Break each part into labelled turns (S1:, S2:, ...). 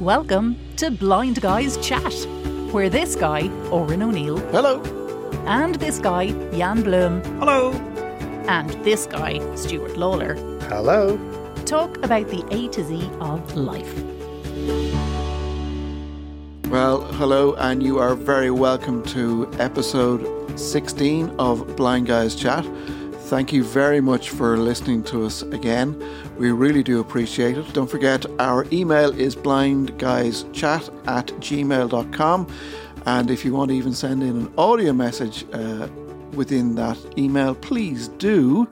S1: Welcome to Blind Guys Chat, where this guy, Oren O'Neill,
S2: Hello.
S1: and this guy, Jan Bloom,
S3: Hello.
S1: and this guy, Stuart Lawler,
S2: Hello.
S1: talk about the A to Z of life.
S2: Well, hello, and you are very welcome to episode 16 of Blind Guys Chat. Thank you very much for listening to us again. We really do appreciate it. Don't forget, our email is blindguyschat at gmail.com. And if you want to even send in an audio message uh, within that email, please do.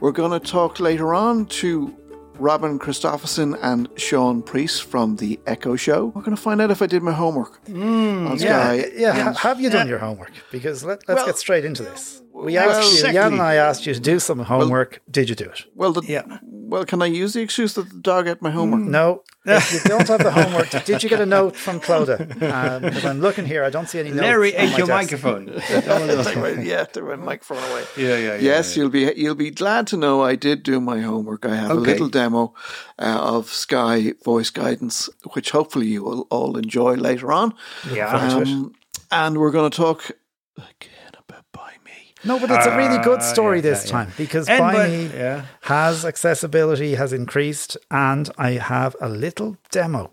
S2: We're going to talk later on to Robin Christopherson and Sean Priest from The Echo Show. We're going to find out if I did my homework
S3: Mm,
S2: on
S4: Yeah,
S2: Sky.
S4: yeah. ha- Have you done your homework? Because let, let's
S2: Well-
S4: get straight into this. We
S2: well,
S4: asked you, Jan
S3: secondly-
S4: and I asked you to do some homework. Did you do it?
S2: Well, the,
S3: Yeah. Mm.
S2: well, can I use the excuse that the dog ate my homework?
S4: No. If you don't have the homework, did you get a note from Clodagh? Um, because I'm looking here, I don't see any notes.
S3: Larry
S4: on
S3: ate
S4: my
S3: your
S4: desk.
S3: microphone.
S2: Take my- yeah, take my microphone away.
S3: Yeah, yeah, yeah,
S2: Yes, you'll be you'll be glad to know I did do my homework. I have a
S3: Okay.
S2: little demo uh, of Sky voice guidance, which hopefully you will all enjoy later on.
S3: yeah.
S2: Um, and we're going to talk again about By Me.
S4: No, but it's a really good story
S3: yeah,
S4: this
S3: yeah,
S4: time because
S3: And
S4: Buy
S3: but-
S4: Me
S3: yeah.
S4: has accessibility has increased, and I have a little demo.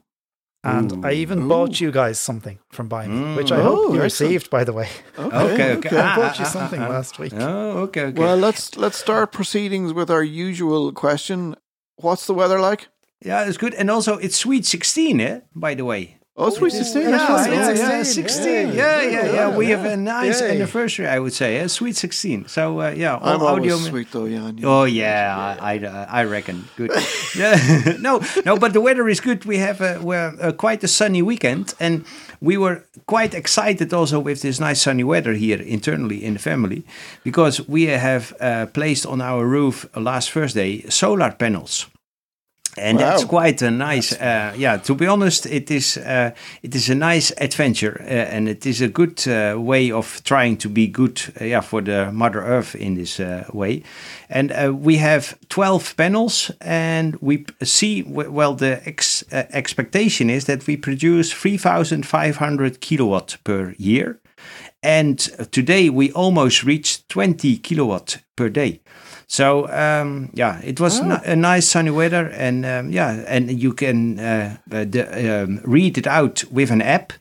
S4: And I even bought you guys something from Buy Me, which I
S2: Oh,
S4: hope
S2: excellent.
S4: you received, by the way.
S3: Okay, okay.
S4: I
S3: Ah,
S4: bought you
S3: ah, ah,
S4: something
S3: ah.
S4: last week.
S3: Oh, okay, okay.
S2: Well, let's let's start proceedings with our usual question. What's the weather like?
S3: yeah, it's good. And also, it's Sweet 16, eh? By the way.
S2: Oh, sweet sixteen.
S4: Yeah,
S2: that's right.
S4: Sweet
S3: yeah,
S4: 16,
S3: yeah,
S4: yeah.
S3: 16. Yeah, yeah, yeah. We have a nice
S4: Yay.
S3: anniversary, I would say. eh? Sweet 16. So, uh, yeah, all
S2: I'm
S3: audio.
S2: always sweet though, Jan. you-
S3: Oh yeah, I, uh, I, I reckon good. Yeah. no, no, but the weather is good. We have a, we're, uh quite a sunny weekend, and we were quite excited also with this nice sunny weather here internally in the family, because we have uh, placed on our roof last Thursday solar panels and that's
S2: Wow.
S3: quite a nice uh, yeah to be honest it is uh, it is a nice adventure uh, and it is a good uh, way of trying to be good uh, yeah for the mother earth in this uh, way and uh, we have 12 panels and we p- see w- well the ex- uh, expectation is that we produce 3500 kilowatt per year and uh, today we almost reached 20 kilowatt per day. So um, yeah, it was
S2: Oh.
S3: ni- a nice sunny weather, and um, yeah, and you can uh, uh, the, um, read it out with an app,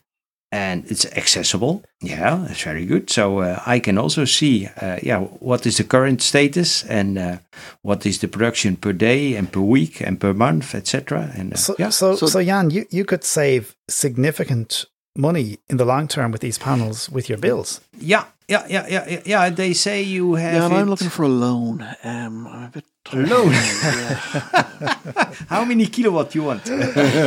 S3: and it's accessible. Yeah, it's very good. So uh, I can also see uh, yeah what is the current status and uh, what is the production per day and per week and per month, etc. And uh,
S4: So,
S3: yeah.
S4: so,
S2: So-
S4: so, Jan, you, you could save significant money in the long term with these panels with your bills.
S3: yeah, yeah, yeah, yeah, yeah, yeah. They say you have.
S2: Yeah, and I'm
S3: it-
S2: looking for a loan. Um, I'm a bit tired.
S3: Loan?
S2: yeah.
S3: How many kilowatt you want?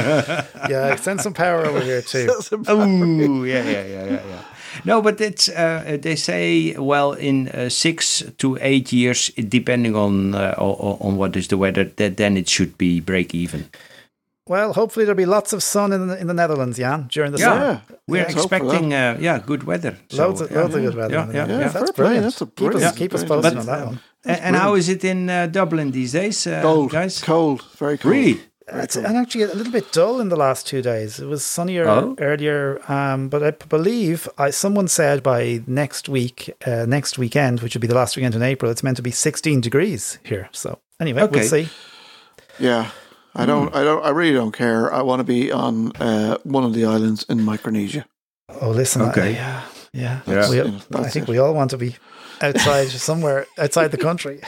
S4: Yeah, send some power over here too.
S3: Oh, yeah, yeah, yeah, yeah, yeah. No, but it's uh, they say well in uh, six to eight years, depending on uh, on, on what is the weather, that then it should be break even.
S4: Well, hopefully there'll be lots of sun in the, in the Netherlands, Jan, during the
S3: Yeah.
S4: summer.
S3: We're
S2: let's hope for
S3: expecting uh, yeah good weather. So,
S4: Loads, of,
S3: yeah.
S4: loads of good weather.
S3: Yeah,
S4: in the
S2: Yeah,
S3: yeah,
S4: Netherlands.
S2: fair
S4: That's
S2: play.
S4: brilliant.
S2: That's a
S4: keep us,
S2: brilliant-
S4: keep us
S2: brilliant-
S4: posted
S3: But-
S4: on that one.
S3: And, and how is it in uh, Dublin these days, uh,
S2: Cold,
S3: guys?
S2: cold, very cold.
S3: Really?
S4: It's, and actually a little bit dull in the last two days. It was sunnier
S3: Oh.
S4: earlier, um, but I p- believe I, someone said by next week, uh, next weekend, which would be the last weekend in April, it's meant to be 16 degrees here. So anyway,
S3: Okay.
S4: we'll see.
S2: Yeah. I don't.
S3: Hmm.
S2: I don't. I really don't care. I want to be on uh, one of the islands in Micronesia.
S4: Oh, listen. I,
S3: Okay.
S4: yeah. Yeah.
S3: That's-
S4: We-
S2: yeah, that's
S4: I think
S2: it.
S4: we all want to be outside somewhere outside the country.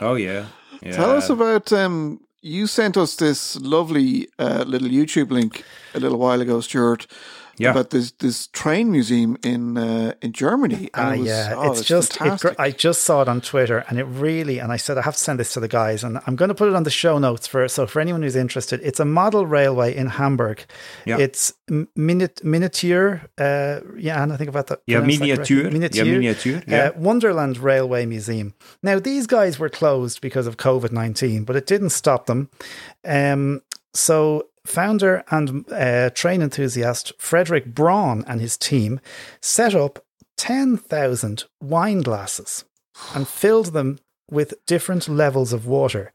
S3: Oh yeah. yeah.
S2: Tell us about. Um, you sent us this lovely uh, little YouTube link a little while ago, Stuart.
S3: Yeah.
S2: About this this train museum in uh, in Germany. And
S4: Ah,
S2: it was-
S4: yeah.
S2: oh,
S4: it's just, it,
S2: fantastic.
S4: gr- I just saw it on Twitter and it really, and I said, I have to send this to the guys and I'm going to put it on the show notes for, so for anyone who's interested, it's a model railway in Hamburg.
S3: Yeah.
S4: It's m- minute, miniature. Uh, yeah. And I think about that.
S3: Yeah,
S4: pronounced that correctly.
S3: miniature. Yeah, miniature, yeah.
S4: Uh, Wonderland Railway Museum. Now, these guys were closed because of COVID 19, but it didn't stop them. Um, so, founder and uh, train enthusiast Frederick Braun and his team set up 10,000 wine glasses and filled them with different levels of water.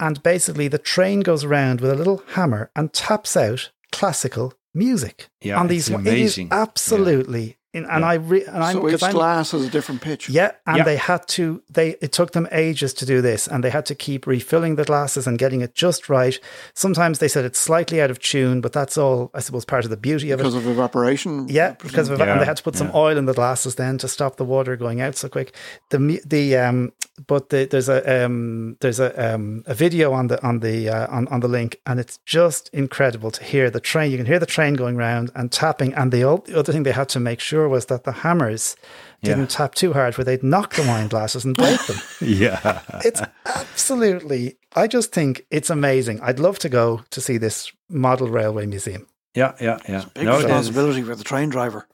S4: And basically, the train goes around with a little hammer and taps out classical music.
S3: Yeah,
S4: on
S3: it's
S4: these, it is
S3: amazing. Yeah.
S4: absolutely. In, and
S3: Yeah.
S4: I re, and I'm
S2: so each
S4: because I'm-
S2: glass has a different pitch.
S4: yeah, and
S3: Yeah.
S4: they had to they it took them ages to do this and they had to keep refilling the glasses and getting it just right. Sometimes they said it's slightly out of tune, but that's all I suppose part of the beauty of it.
S2: Because of evaporation.
S4: Yeah, because of, and
S3: Yeah,
S4: they had to put some oil in the glasses then to stop the water going out so quick. The mu- the um, but the, there's a um, there's a um, a video on the on the uh, on on the link, and it's just incredible to hear the train. You can hear the train going round and tapping. And the, old, the other thing they had to make sure was that the hammers didn't
S3: Yeah.
S4: tap too hard, where they'd knock the wine glasses and break them.
S3: Yeah.
S4: It's absolutely. I just think it's amazing. I'd love to go to see this model railway museum.
S3: Yeah, yeah, yeah.
S2: Big
S3: No, it is-
S2: responsibility for the train driver.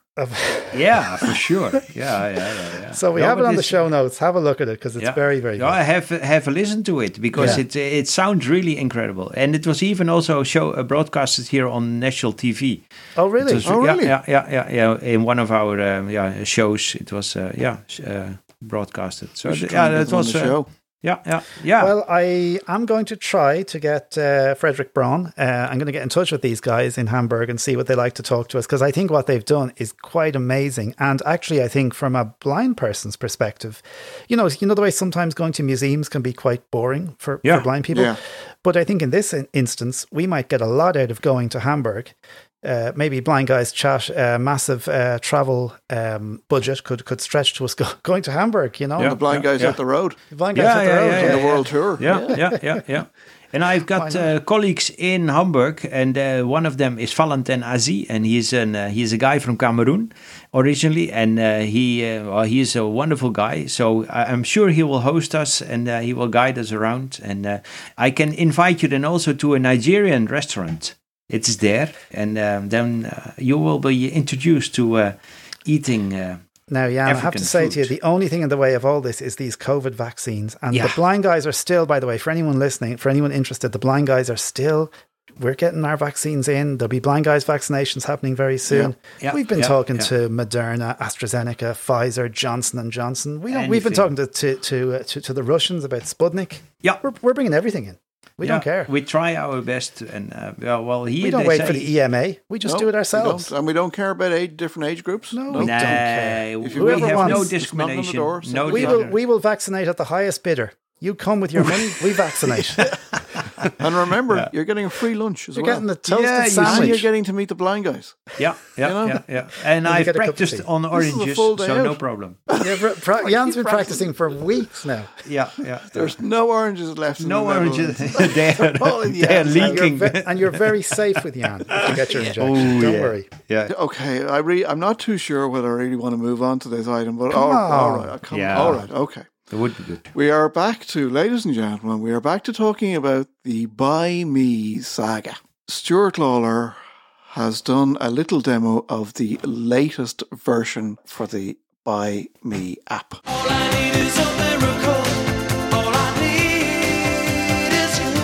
S3: yeah, for sure. Yeah, yeah, yeah. yeah.
S4: So we
S3: No,
S4: have it
S3: but
S4: on the
S3: it's-
S4: show notes. Have a look at it because it's
S3: Yeah.
S4: very, very
S3: No,
S4: good.
S3: I have have listened to it because
S4: Yeah.
S3: it it sounds really incredible, and it was even also show uh, broadcasted here on national TV.
S4: Oh, really?
S3: It was-
S2: Oh,
S3: yeah,
S2: really?
S3: Yeah, yeah, yeah, yeah. In one of our um, yeah shows, it was uh, yeah sh- uh, broadcasted. So
S2: We should
S3: th-
S2: try and
S3: yeah,
S2: get
S3: that
S2: them on
S3: was
S2: the
S3: uh,
S2: show.
S3: yeah, yeah,
S2: Ah.
S3: yeah.
S4: Well, I am going to try to get uh, Frederick Braun. Uh, I'm going to get in touch with these guys in Hamburg and see what they like to talk to us because I think what they've done is quite amazing. And actually, I think from a blind person's perspective, you know, you know the way sometimes going to museums can be quite boring for,
S3: Yeah.
S4: for blind people.
S2: Yeah.
S4: But I think in this in- instance, we might get a lot out of going to Hamburg. Uh, maybe blind guys chat uh, massive uh, travel um, budget could could stretch to us go, going to Hamburg. You know,
S3: Yeah.
S2: The blind guy's
S3: yeah.
S2: at the road.
S4: blind guys
S3: yeah,
S4: at the road.
S2: yeah, on the world tour.
S3: Yeah, yeah, yeah, yeah. And I've got uh, colleagues in Hamburg, and uh, one of them is Valentin Azi, and he's an uh, he's a guy from Cameroon originally, and uh, he uh, well, he is a wonderful guy. So I- I'm sure he will host us and uh, he will guide us around. And uh, I can invite you then also to a Nigerian restaurant. It's there, and um, then uh, you will be introduced to uh, eating. Uh,
S4: Now, yeah, I have to
S3: African
S4: say to you,
S3: food.
S4: the only thing in the way of all this is these COVID vaccines. And the
S3: Yeah.
S4: blind guys are still, by the way, for anyone listening, for anyone interested, the blind guys are still, we're getting our vaccines in. There'll be blind guys vaccinations happening very soon.
S3: Yeah,
S4: We've been
S3: yeah,
S4: talking
S3: yeah.
S4: to Moderna, AstraZeneca, Pfizer, Johnson & Johnson. We don't, we've been talking
S3: Anything.
S4: to, to, to, uh, to, to the Russians about Sputnik.
S3: yeah,
S4: We're, we're bringing everything in. We don't care.
S3: yeah,
S4: We,
S3: We try our best, and uh, yeah, well, here
S4: don't
S3: they
S4: wait
S3: say,
S4: for the EMA. We just
S2: No,
S4: do
S2: we
S4: it
S2: don't.
S4: ourselves.
S2: And we don't care about age, different age groups.
S4: No,
S3: No,
S4: we don't care.
S2: If you
S3: we
S4: whoever
S3: have
S4: wants-
S2: knocking
S4: It's
S3: no
S2: on the
S3: discrimination.
S2: door,
S3: no,
S2: simply
S4: We
S2: don't
S4: will,
S3: discrimination.
S4: we will vaccinate at the highest bidder. You come with your money, we vaccinate.
S2: And remember, you're getting a free lunch as
S4: You're
S2: well.
S4: getting the toasted
S3: Yeah, you see,
S2: and
S4: sandwich.
S2: you're getting to meet the blind guys.
S3: yeah, yeah,
S2: know?
S3: yeah, yeah. And
S4: you
S3: I've
S4: get a cup of
S3: practiced
S4: tea.
S3: on
S2: is a
S3: oranges,
S2: full
S3: so
S2: day
S3: no
S2: out.
S3: problem.
S4: Yeah, pra- pra- Jan's been practicing for weeks now.
S3: Yeah, yeah.
S2: There's no oranges left. in
S3: no
S2: the
S3: oranges.
S2: Netherlands.
S3: they're
S2: all in the
S3: they're
S2: ass.
S4: And you're,
S3: leaking.
S4: ve- and you're very safe with Jan if you get your injection. Don't worry.
S3: yeah.
S2: Okay, I re- I'm not too sure whether I really want to move on to this item, but all,
S4: on.
S2: all right, I'll come-
S3: Yeah.
S2: all right, okay.
S3: That would be good.
S2: We are back to, ladies and gentlemen, we are back to talking about the Buy Me saga. Stuart Lawler has done a little demo of the latest version for the Buy Me app.
S5: All I need is a miracle. All I need is you.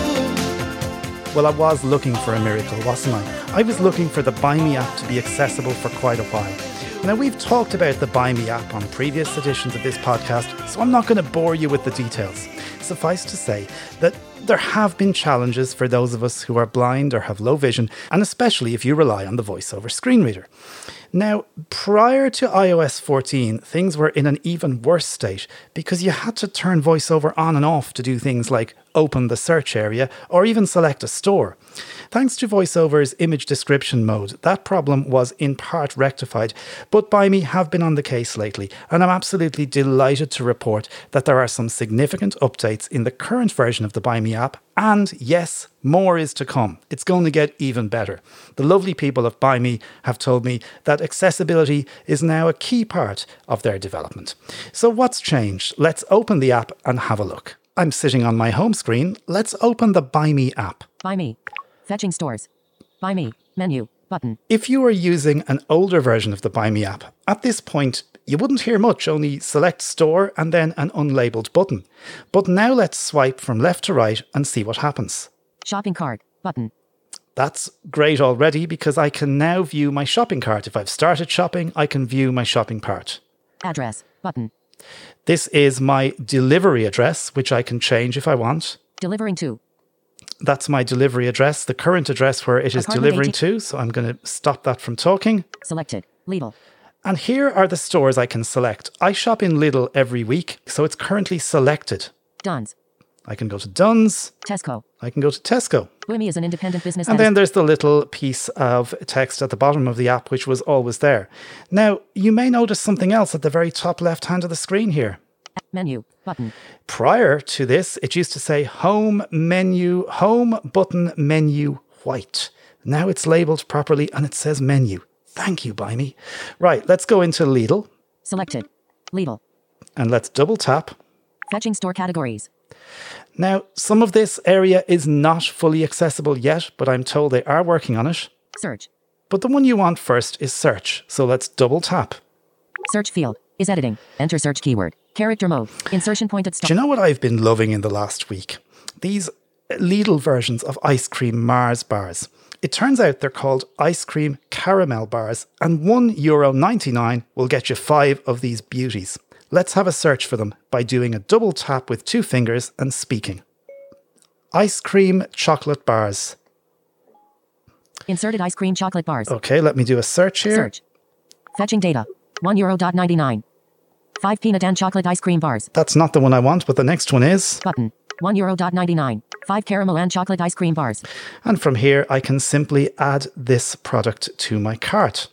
S4: Well, I was looking for a miracle, wasn't I? I was looking for the Buy Me app to be accessible for quite a while. Now, we've talked about the Buy Me app on previous editions of this podcast, so I'm not going to bore you with the details. Suffice to say that there have been challenges for those of us who are blind or have low vision, and especially if you rely on the voiceover screen reader. Now, prior to iOS 14, things were in an even worse state because you had to turn VoiceOver on and off to do things like open the search area or even select a store. Thanks to VoiceOver's image description mode, that problem was in part rectified, but by me have been on the case lately, and I'm absolutely delighted to report that there are some significant updates in the current version of the Buy Me app, and yes, more is to come. It's going to get even better. The lovely people of Buy Me have told me that accessibility is now a key part of their development. So, what's changed? Let's open the app and have a look. I'm sitting on my home screen. Let's open the Buy Me app.
S6: Buy me. Fetching stores. Buy me. Menu. Button.
S4: If you are using an older version of the Buy Me app, at this point, you wouldn't hear much, only select store and then an unlabeled button. But now let's swipe from left to right and see what happens.
S6: Shopping cart. Button.
S4: That's great already because I can now view my shopping cart. If I've started shopping, I can view my shopping cart.
S6: Address. Button.
S4: This is my delivery address, which I can change if I want.
S6: Delivering to.
S4: That's my delivery address, the current address where it is
S6: Apartment
S4: delivering
S6: 18.
S4: to. So I'm going to stop that from talking.
S6: Selected. Lidl.
S4: And here are the stores I can select. I shop in Lidl every week, so it's currently selected.
S6: Don's.
S4: I can go to Dunn's,
S6: Tesco.
S4: I can go to Tesco.
S6: WIMI is an independent business
S4: And
S6: that is-
S4: then there's the little piece of text at the bottom of the app, which was always there. Now, you may notice something else at the very top left hand of the screen here.
S6: menu button.
S4: Prior to this, it used to say home menu, home button menu white. Now it's labeled properly and it says menu. Thank you, Buy Me. Right, let's go into Lidl
S6: Selected. Lidl.
S4: and let's double tap.
S6: Fetching store categories.
S4: Now, some of this area is not fully accessible yet, but I'm told they are working on it.
S6: Search.
S4: But the one you want first is search, so let's double tap.
S6: Search field is editing. Enter search keyword. Character mode. Insertion point at
S4: Do
S6: start.
S4: you know what I've been loving in the last week? These Lidl versions of ice cream Mars bars. It turns out they're called ice cream caramel bars, and €1.99 will get you five of these beauties. Let's have a search for them by doing a double tap with two fingers and speaking. Ice cream chocolate bars.
S6: Inserted ice cream chocolate bars.
S4: Okay, let me do a search Oh, here.
S6: Search. Fetching data. One euro dot ninety nine. Five peanut and chocolate ice cream bars.
S4: That's not the one I want, but the next one is.
S6: Button. One euro dot ninety nine. Five caramel and chocolate ice cream bars.
S4: And from here, I can simply add this product to my cart.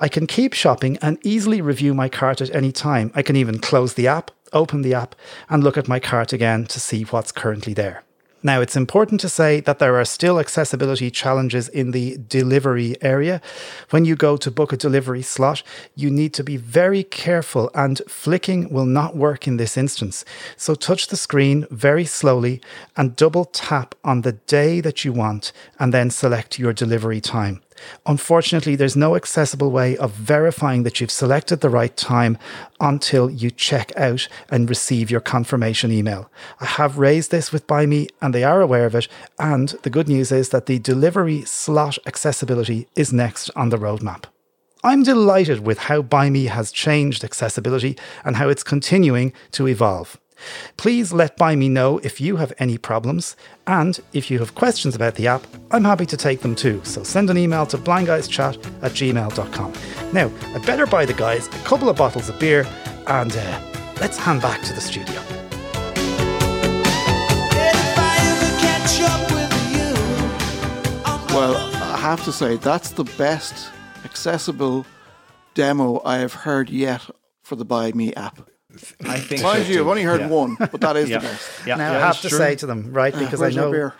S4: I can keep shopping and easily review my cart at any time. I can even close the app, open the app, and look at my cart again to see what's currently there. Now, it's important to say that there are still accessibility challenges in the delivery area. When you go to book a delivery slot, you need to be very careful, and flicking will not work in this instance. So, touch the screen very slowly and double tap on the day that you want, and then select your delivery time. Unfortunately, there's no accessible way of verifying that you've selected the right time until you check out and receive your confirmation email. I have raised this with Buy Me and they are aware of it. And the good news is that the delivery slot accessibility is next on the roadmap. I'm delighted with how Buy Me has changed accessibility and how it's continuing to evolve. Please let Buy Me know if you have any problems, and if you have questions about the app, I'm happy to take them too. So send an email to blindguyschat at gmail.com. Now, I better buy the guys a couple of bottles of beer, and uh, let's hand back to the studio.
S5: If I ever catch up with you, I'm
S2: Well, I have to say that's the best accessible demo I have heard yet for the Buy Me app.
S3: I think.
S2: Mind you, I've only heard
S3: Yeah.
S2: one, but that is
S3: Yeah.
S2: the best.
S3: Yeah,
S4: Now
S3: yeah,
S4: I have
S3: it's
S4: to
S3: true.
S4: say to them, right, because I
S2: Where's your
S4: know.
S2: beer?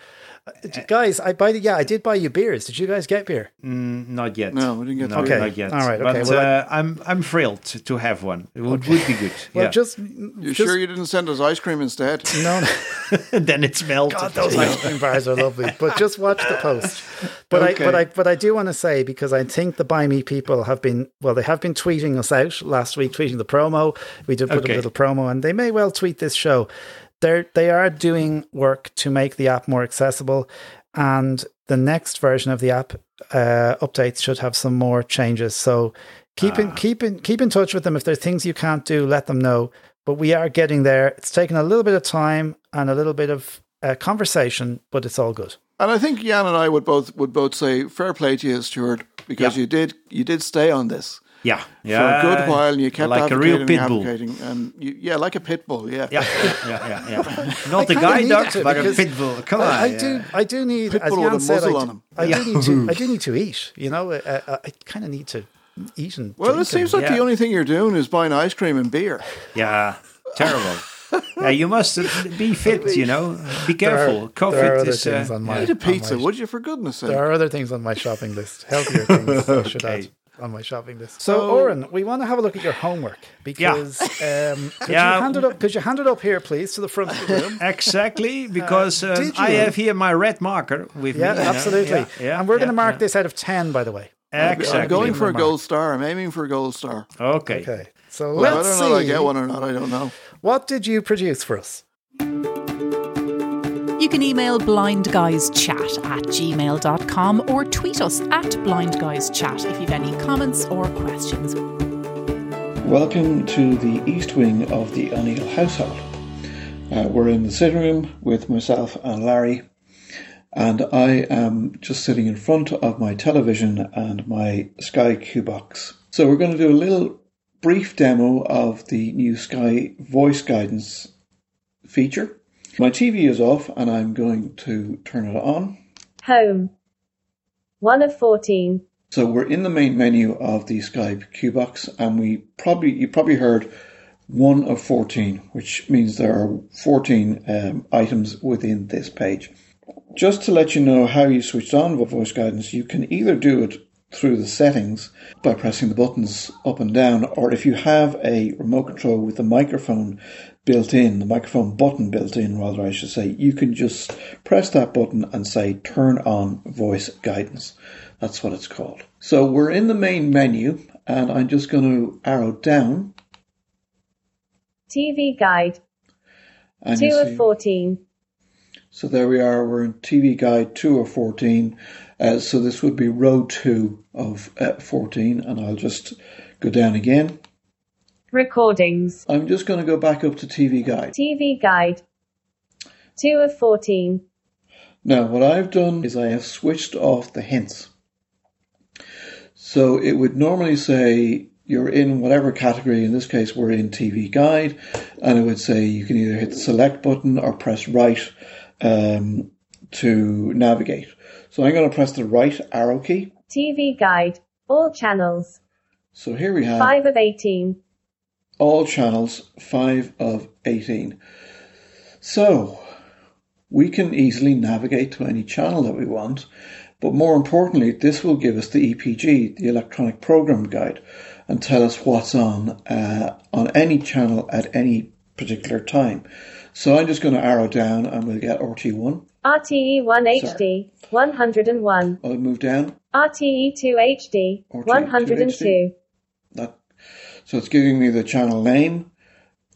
S4: Guys, I buy the, yeah, I did buy you beers. Did you guys get beer?
S3: Not yet.
S2: No, we didn't get
S3: no,
S2: to it.
S3: Not yet.
S4: All right, okay,
S3: But
S4: well, I-
S3: uh, I'm I'm thrilled to have one. It would, would be good.
S4: Well,
S3: yeah.
S4: just.
S2: You
S4: just
S2: sure you didn't send us ice cream instead?
S4: no, no.
S3: then it's melted.
S4: God, those ice cream bars are lovely. But just watch the post. But I, but I, but I do want to say because I think the Buy Me people have been well, they have been tweeting us out last week, tweeting the promo. We did put up a
S3: Okay.
S4: little promo, and they may well tweet this show. They're they are doing work to make the app more accessible, and the next version of the app uh, updates should have some more changes. So keep in keep in keep in touch with them. If there are things you can't do, let them know. But we are getting there. It's taken a little bit of time and a little bit of uh, conversation, but it's all good.
S2: And I think Jan and I would both would both say fair play to you, Stuart, because
S3: Yeah.
S2: you did you did stay on this
S3: yeah,
S2: for
S3: yeah.
S2: a good while, and you kept
S3: like a real
S2: advocating
S3: pit
S2: and
S3: bull.
S2: advocating, and you, yeah, like a pit bull, yeah.
S3: Yeah, yeah, yeah, yeah. Not a
S4: kinda
S3: guy
S4: need
S3: dog,
S4: to
S3: but a
S4: because
S3: pit bull. Come
S4: I,
S3: on.
S4: I do. I do need. As
S2: Pitbull with
S4: Jan
S2: a
S4: said, I
S2: muzzle
S4: do,
S2: on him.
S4: I do need to. I do need to eat. You know, I, I, I kind of need to eat and.
S2: Well, it
S4: drink and-
S2: seems like the
S3: Yeah.
S2: only thing you're doing is buying ice cream and beer.
S3: Yeah, terrible. yeah, you must be fit. You know, be
S4: there
S3: careful.
S4: are,
S3: COVID
S4: there are other
S3: is.
S4: things
S3: uh,
S4: on my.
S2: Eat a
S4: on my-
S2: pizza, would you? For goodness' sake.
S4: there are other things on my shopping list. Healthier things I should add on my shopping list. So,
S2: So-
S4: Oren, we want to have a look at your homework because um, could
S3: Yeah.
S4: you hand it up? Could you hand it up here, please, to the front of the room?
S3: Exactly, because um,
S4: Uh, did
S3: I
S4: you?
S3: have here my red marker with
S4: Yeah,
S3: me. you know.
S4: absolutely.
S3: Yeah, yeah,
S4: and we're going
S3: yeah,
S4: to mark
S3: yeah.
S4: this out of ten, by the way.
S3: Exactly.
S2: I'm going for a
S4: Remark.
S2: gold star. I'm aiming for a gold star.
S3: Okay.
S4: Okay. So
S2: Well,
S4: let's
S2: I don't know if
S4: see.
S2: I get one or not. I don't know.
S4: What did you produce for us?
S1: You can email blindguyschat at gmail.com or tweet us at blindguyschat if you've any comments or questions.
S7: Welcome to the east wing of the O'Neill household. Uh, we're in the sitting room with myself and Larry,
S2: and I am just sitting in front of my television and my Sky Q box. So we're going to do a little brief demo of the new Sky voice guidance feature. My TV is off and I'm going to turn it on.
S8: Home. 1 of 14.
S2: So we're in the main menu of the Skype Q box, and we probably you probably heard one of fourteen, which means there are fourteen um, items within this page. Just to let you know how you switched on with voice guidance, you can either do it through the settings by pressing the buttons up and down, or if you have a remote control with the microphone built in, the microphone button built in, rather, I should say, you can just press that button and say turn on voice guidance. That's what it's called. So we're in the main menu, and I'm just going to arrow down.
S8: TV Guide.
S2: And
S8: 2
S2: you
S8: of
S2: see-
S8: 14.
S2: So there we are. We're in TV Guide 2 or 14. Uh, so this would be row 2 of uh, 14, and I'll just go down again.
S8: Recordings.
S2: I'm just going to go back up to TV Guide.
S8: TV Guide. 2 of 14.
S2: Now, what I've done is I have switched off the hints. So it would normally say you're in whatever category, in this case, we're in TV Guide, and it would say you can either hit the select button or press right um, to navigate. So I'm going to press the right arrow key.
S8: TV Guide. All channels.
S2: So here we have
S8: 5 of 18.
S2: all channels 5 of 18. So we can easily navigate to any channel that we want, but more importantly, this will give us the EPG, the electronic program guide, and tell us what's on uh, on any channel at any particular time. So I'm just going to arrow down and we'll get RT1.
S8: RTE 1 HD.
S2: Sorry.
S8: 101.
S2: I'll move down.
S8: RTE 2 HD.
S2: RTE
S8: 102.
S2: That, so it's giving me the channel name,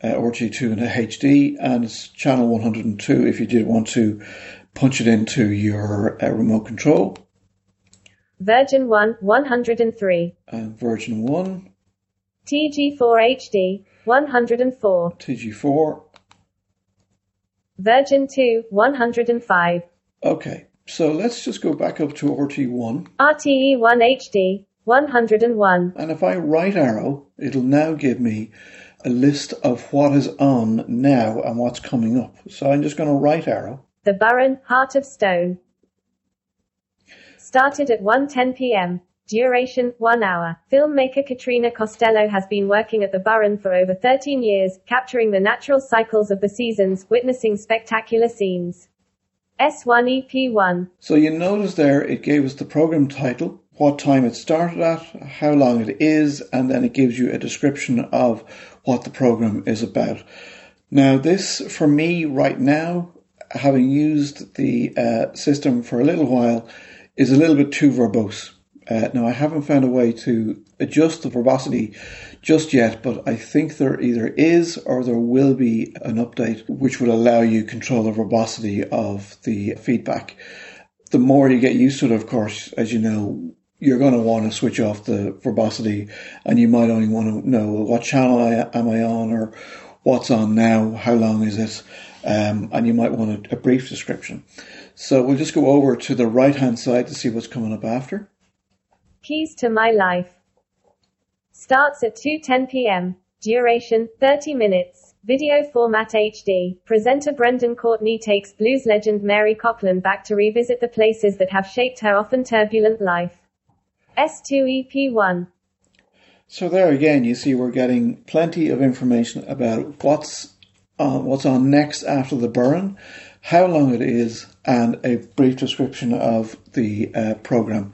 S2: uh, RT2 and a HD, and it's channel 102 if you did want to punch it into your uh, remote control.
S8: Virgin 1. 103.
S2: And version 1,
S8: TG4 HD. 104.
S2: TG4.
S8: Virgin 2. 105.
S2: Okay, so let's just go back up to RT1.
S8: RTE 1 HD. 101.
S2: And if I right arrow, it'll now give me a list of what is on now and what's coming up. So I'm just going to right arrow.
S8: The Baron, Heart of Stone. Started at 1:10 p.m. Duration 1 hour. Filmmaker Katrina Costello has been working at the Baron for over 13 years, capturing the natural cycles of the seasons, witnessing spectacular scenes. E S1EP1.
S2: So you notice there it gave us the program title, what time it started at, how long it is, and then it gives you a description of what the program is about. Now, this for me right now, having used the uh, system for a little while, is a little bit too verbose. Uh, now, I haven't found a way to adjust the verbosity just yet, but I think there either is or there will be an update which will allow you control the verbosity of the feedback the more you get used to it, of course, as you know, you're going to want to switch off the verbosity and you might only want to know what channel I, am I on or what's on now, how long is it, um, and you might want a, a brief description. So we'll just go over to the right hand side to see what's coming up after.
S8: Keys to My Life. Starts at 2:10 p.m. Duration 30 minutes. Video format HD. Presenter Brendan Courtney takes blues legend Mary Coughlin back to revisit the places that have shaped her often turbulent life. E S2EP1.
S2: So there again, you see we're getting plenty of information about what's on, what's on next after the burn, how long it is, and a brief description of the uh, program.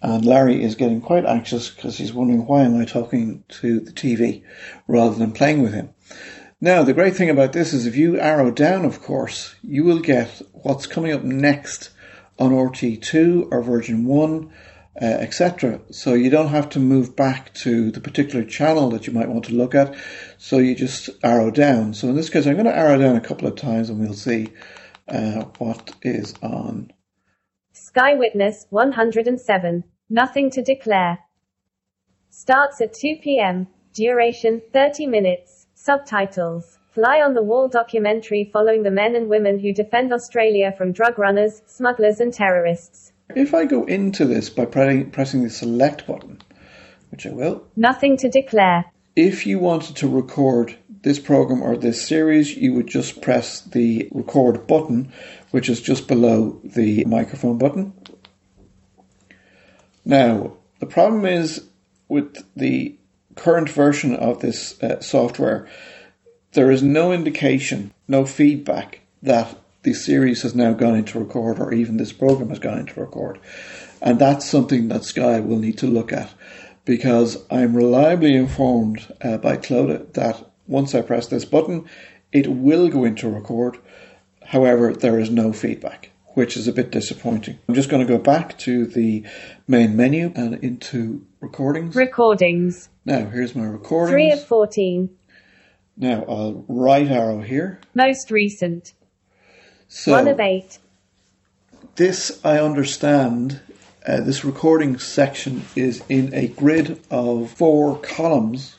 S2: And Larry is getting quite anxious because he's wondering why am I talking to the TV rather than playing with him. Now, the great thing about this is if you arrow down, of course, you will get what's coming up next on RT2 or version 1, uh, etc. So you don't have to move back to the particular channel that you might want to look at. So you just arrow down. So in this case, I'm going to arrow down a couple of times and we'll see uh, what is on.
S8: Sky Witness 107. Nothing to declare. Starts at 2 p.m. Duration 30 minutes. Subtitles. fly on the wall documentary following the men and women who defend Australia from drug runners, smugglers, and terrorists.
S2: If I go into this by pre- pressing the select button, which I will,
S8: Nothing to declare.
S2: if you wanted to record this program or this series, you would just press the record button, which is just below the microphone button. Now, the problem is with the current version of this uh, software, there is no indication, no feedback that the series has now gone into record or even this program has gone into record. And that's something that Sky will need to look at because I'm reliably informed uh, by Clodagh that once I press this button, it will go into record. However, there is no feedback, which is a bit disappointing. I'm just going to go back to the main menu and into recordings.
S8: Recordings.
S2: Now, here's my
S8: 3 of
S2: recordings.
S8: 14.
S2: Now, I'll right arrow here.
S8: Most recent.
S2: So
S8: 1 of 8.
S2: this I understand. Uh, this recording section is in a grid of four columns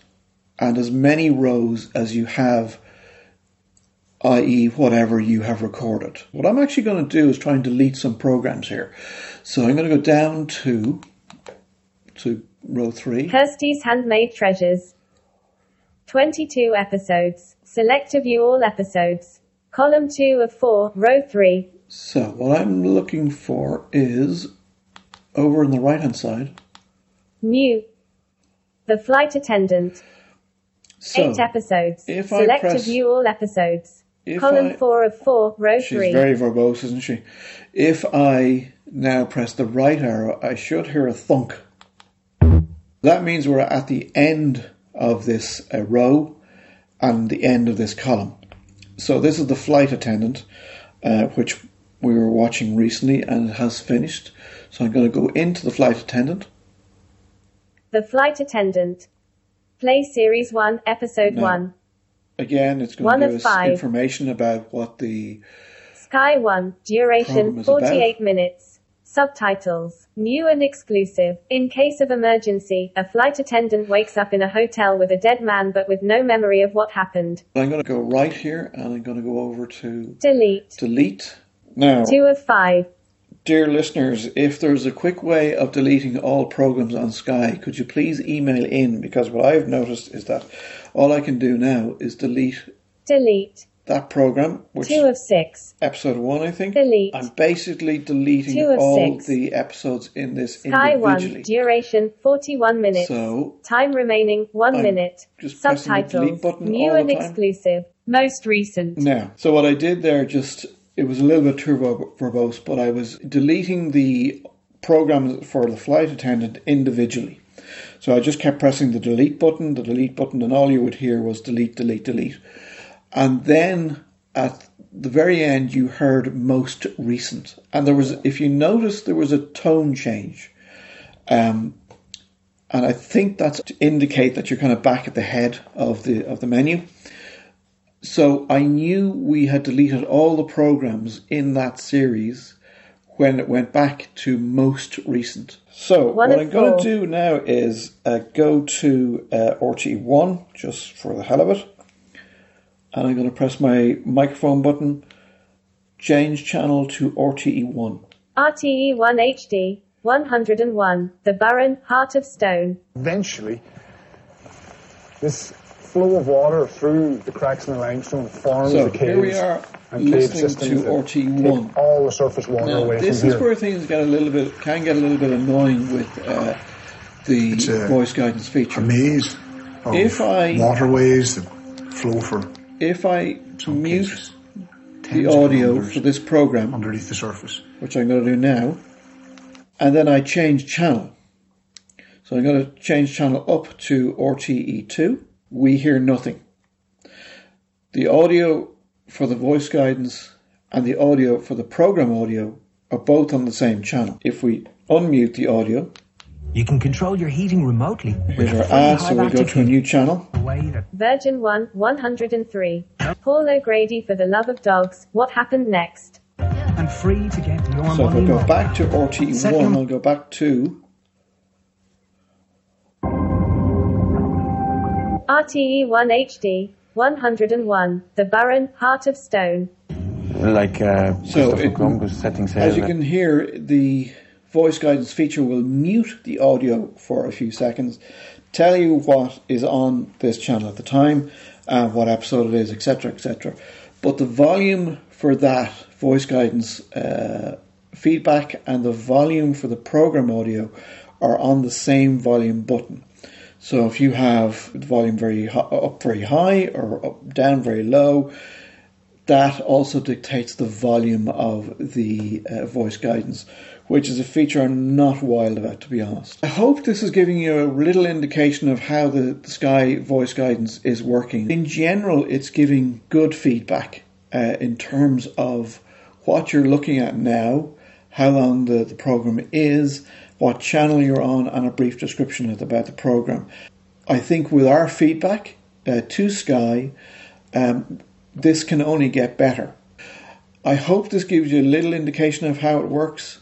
S2: and as many rows as you have, i.e., whatever you have recorded. What I'm actually going to do is try and delete some programs here. So I'm going to go down to to row three.
S8: Kirsty's Handmade Treasures. 22 episodes. Select to view all episodes. Column 2 of 4, row 3.
S2: So what I'm looking for is over on the right hand side.
S8: New. The Flight Attendant.
S2: So
S8: 8 episodes.
S2: if I
S8: Select
S2: press-
S8: to view all episodes.
S2: if
S8: Column
S2: I-
S8: 4 of 4, row
S2: She's
S8: 3.
S2: very verbose, isn't she? If I now press the right arrow, I should hear a thunk. That means we're at the end of this uh, row and the end of this column. So this is the flight attendant, uh, which we were watching recently and it has finished. So I'm going to go into the flight attendant.
S8: The Flight Attendant. Play Series 1, Episode
S2: No.
S8: 1.
S2: Again, it's going
S8: One
S2: to
S8: of
S2: give us
S8: five.
S2: information about what the
S8: Sky 1,
S2: Program
S8: duration
S2: is about-
S8: 48 minutes. Subtitles, new and exclusive. In case of emergency, a flight attendant wakes up in a hotel with a dead man but with no memory of what happened.
S2: I'm going to go right here and I'm going to go over to
S8: Delete.
S2: delete. Now
S8: 2 of 5.
S2: Dear listeners, if there's a quick way of deleting all programs on Sky, could you please email in? Because what I've noticed is that all I can do now is delete
S8: Delete.
S2: that program, which
S8: 2 of 6.
S2: episode one, I think.
S8: Delete.
S2: I'm basically deleting
S8: Two of
S2: all
S8: six.
S2: the episodes in this
S8: Sky 1,
S2: individually.
S8: duration 41 minutes.
S2: So
S8: Time remaining 1
S2: I'm
S8: minute.
S2: just pressing the delete
S8: Subtitles,
S2: button
S8: new
S2: all
S8: and
S2: the time.
S8: exclusive. Most recent.
S2: now, so what I did there just it was a little bit too verbo- verbose, but I was deleting the programs for the flight attendant individually. So I just kept pressing the delete button, the delete button, and all you would hear was delete, delete, delete. And then at the very end, you heard most recent. And there was, if you noticed, there was a tone change. Um, and I think that's to indicate that you're kind of back at the head of the of the menu. So I knew we had deleted all the programs in that series when it went back to most recent. So
S8: One
S2: what
S8: of
S2: I'm going
S8: four.
S2: to do now is uh, go to uh, RT1 just for the hell of it, and I'm going to press my microphone button, change channel to RTE1.
S8: RTE 1 HD 101. The Burren, Heart of Stone.
S9: eventually, this flow of water through the cracks in the limestone forms
S2: So
S9: the caves
S2: here we are
S9: and cave
S2: listening
S9: systems
S2: to
S9: that
S2: RT1.
S9: take all the surface water
S2: Now,
S9: away
S2: this
S9: from
S2: is
S9: here.
S2: where things get a little bit can get a little bit annoying with uh, the
S10: It's
S9: uh,
S10: a-
S2: voice guidance feature.
S10: a maze of
S2: If I-
S10: waterways that flow for
S2: if I
S10: some
S2: mute
S10: cases,
S2: the
S10: tens of
S2: audio
S10: kilometres
S2: for this program,
S10: underneath the surface.
S2: which I'm going to do now, and then I change channel. So I'm going to change channel up to RTE2. We hear nothing. The audio for the voice guidance and the audio for the program audio are both on the same channel. If we unmute the audio,
S11: You can control your heating remotely.
S2: Here's our ad, so we go to a new channel.
S8: Virgin 1 103. Paul O'Grady for the love of dogs. What happened next?
S11: And free to get your
S2: So if I
S11: money
S2: go
S11: back.
S2: back to RTE1,
S11: Second.
S2: I'll go back to.
S8: E RTE 1 HD 101. The Baron, Heart of Stone.
S12: Like uh,
S7: So
S12: Christopher
S7: it-
S12: Columbus setting sail.
S7: As you can hear, the voice guidance feature will mute the audio for a few seconds, tell you what is on this channel at the time, uh, what episode it is, etc., etc. But the volume for that voice guidance uh, feedback and the volume for the program audio are on the same volume button. So if you have the volume very hi- up very high or up down very low, that also dictates the volume of the uh, voice guidance, which is a feature I'm not wild about, to be honest. I hope this is giving you a little indication of how the, the Sky voice guidance is working. In general, it's giving good feedback uh, in terms of what you're looking at now, how long the, the program is, what channel you're on, and a brief description of- about the program. I think with our feedback uh, to Sky, um, this can only get better. I hope this gives you a little indication of how it works.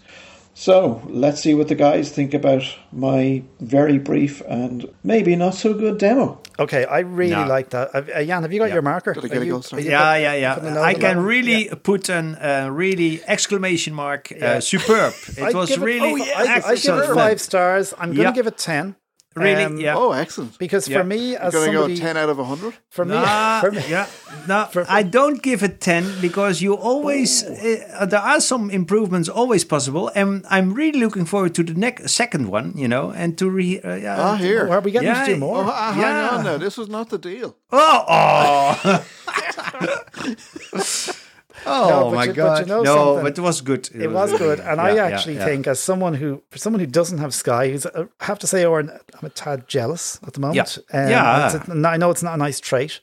S7: So let's see what the guys think about my very brief and maybe not so good demo.
S4: Okay, I really
S7: No.
S4: like that. Uh, uh, Jan, have you got your marker? Are you- are you
S3: Yeah,
S4: put-
S3: yeah,
S4: putting a
S3: yeah.
S4: note
S3: I
S4: on
S3: can
S4: that?
S3: really put an uh, really exclamation mark.
S4: Yeah.
S3: Uh, superb.
S4: I'd
S3: It was
S4: give
S3: really
S4: oh, yeah, I, I give
S3: excellent.
S4: it five stars. I'm going
S3: Yeah.
S4: to give it ten.
S3: Really? Yeah. Oh, excellent.
S4: Because
S3: Yeah.
S4: for me,
S3: You're
S4: as
S3: gonna go
S4: somebody,
S2: 10 out of 100?
S4: For me,
S3: Nah,
S4: for Oh. me,
S3: yeah, no, I don't give it ten because you always uh, there are some improvements always possible, and I'm really looking forward to the next second one, you know, and to re. Uh, yeah,
S2: Ah, here.
S3: yeah,
S2: Oh, ah,
S4: Uh-huh,
S2: hang
S3: yeah.
S2: on now. This was not the deal.
S3: Oh, oh.
S4: No,
S3: Oh
S4: but
S3: my
S4: you- but
S3: god!
S4: you know
S3: no,
S4: something?
S3: but it was good.
S4: It was good, and I
S3: Yeah, yeah,
S4: actually
S3: yeah.
S4: think, as someone who, for someone who doesn't have Sky, who's uh, I have to say, or I'm a tad jealous at the moment.
S3: Yeah. Yeah.
S4: it's a- and I know it's not a nice trait,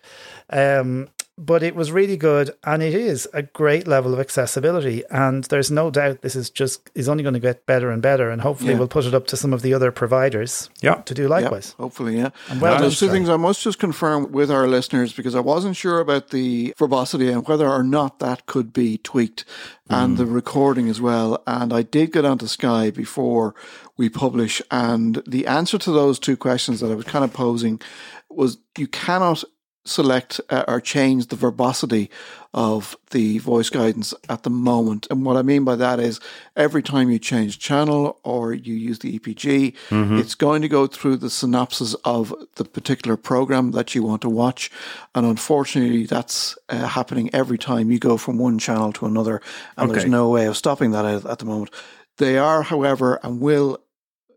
S4: um, but it was really good, and it is a great level of accessibility. And there's no doubt this is just is only going to get better and better, and hopefully
S2: Yeah.
S4: we'll put it up to some of the other providers. to do likewise.
S2: Yeah, hopefully, yeah.
S4: And well
S2: Now,
S4: done,
S2: there's two
S4: Charlie.
S2: things I must just confirm with our listeners because I wasn't sure about the verbosity and whether or not that could be tweaked and the recording as well. And I did get onto Sky before we publish, and the answer to those two questions that I was kind of posing was you cannot select uh, or change the verbosity of the voice guidance at the moment. And what I mean by that is every time you change channel or you use the EPG,
S9: Mhm.
S2: it's going to go through the synopsis of the particular program that you want to watch. And unfortunately, that's uh, happening every time you go from one channel to another. And
S9: Okay.
S2: there's no way of stopping that at, at the moment. They are, however, and will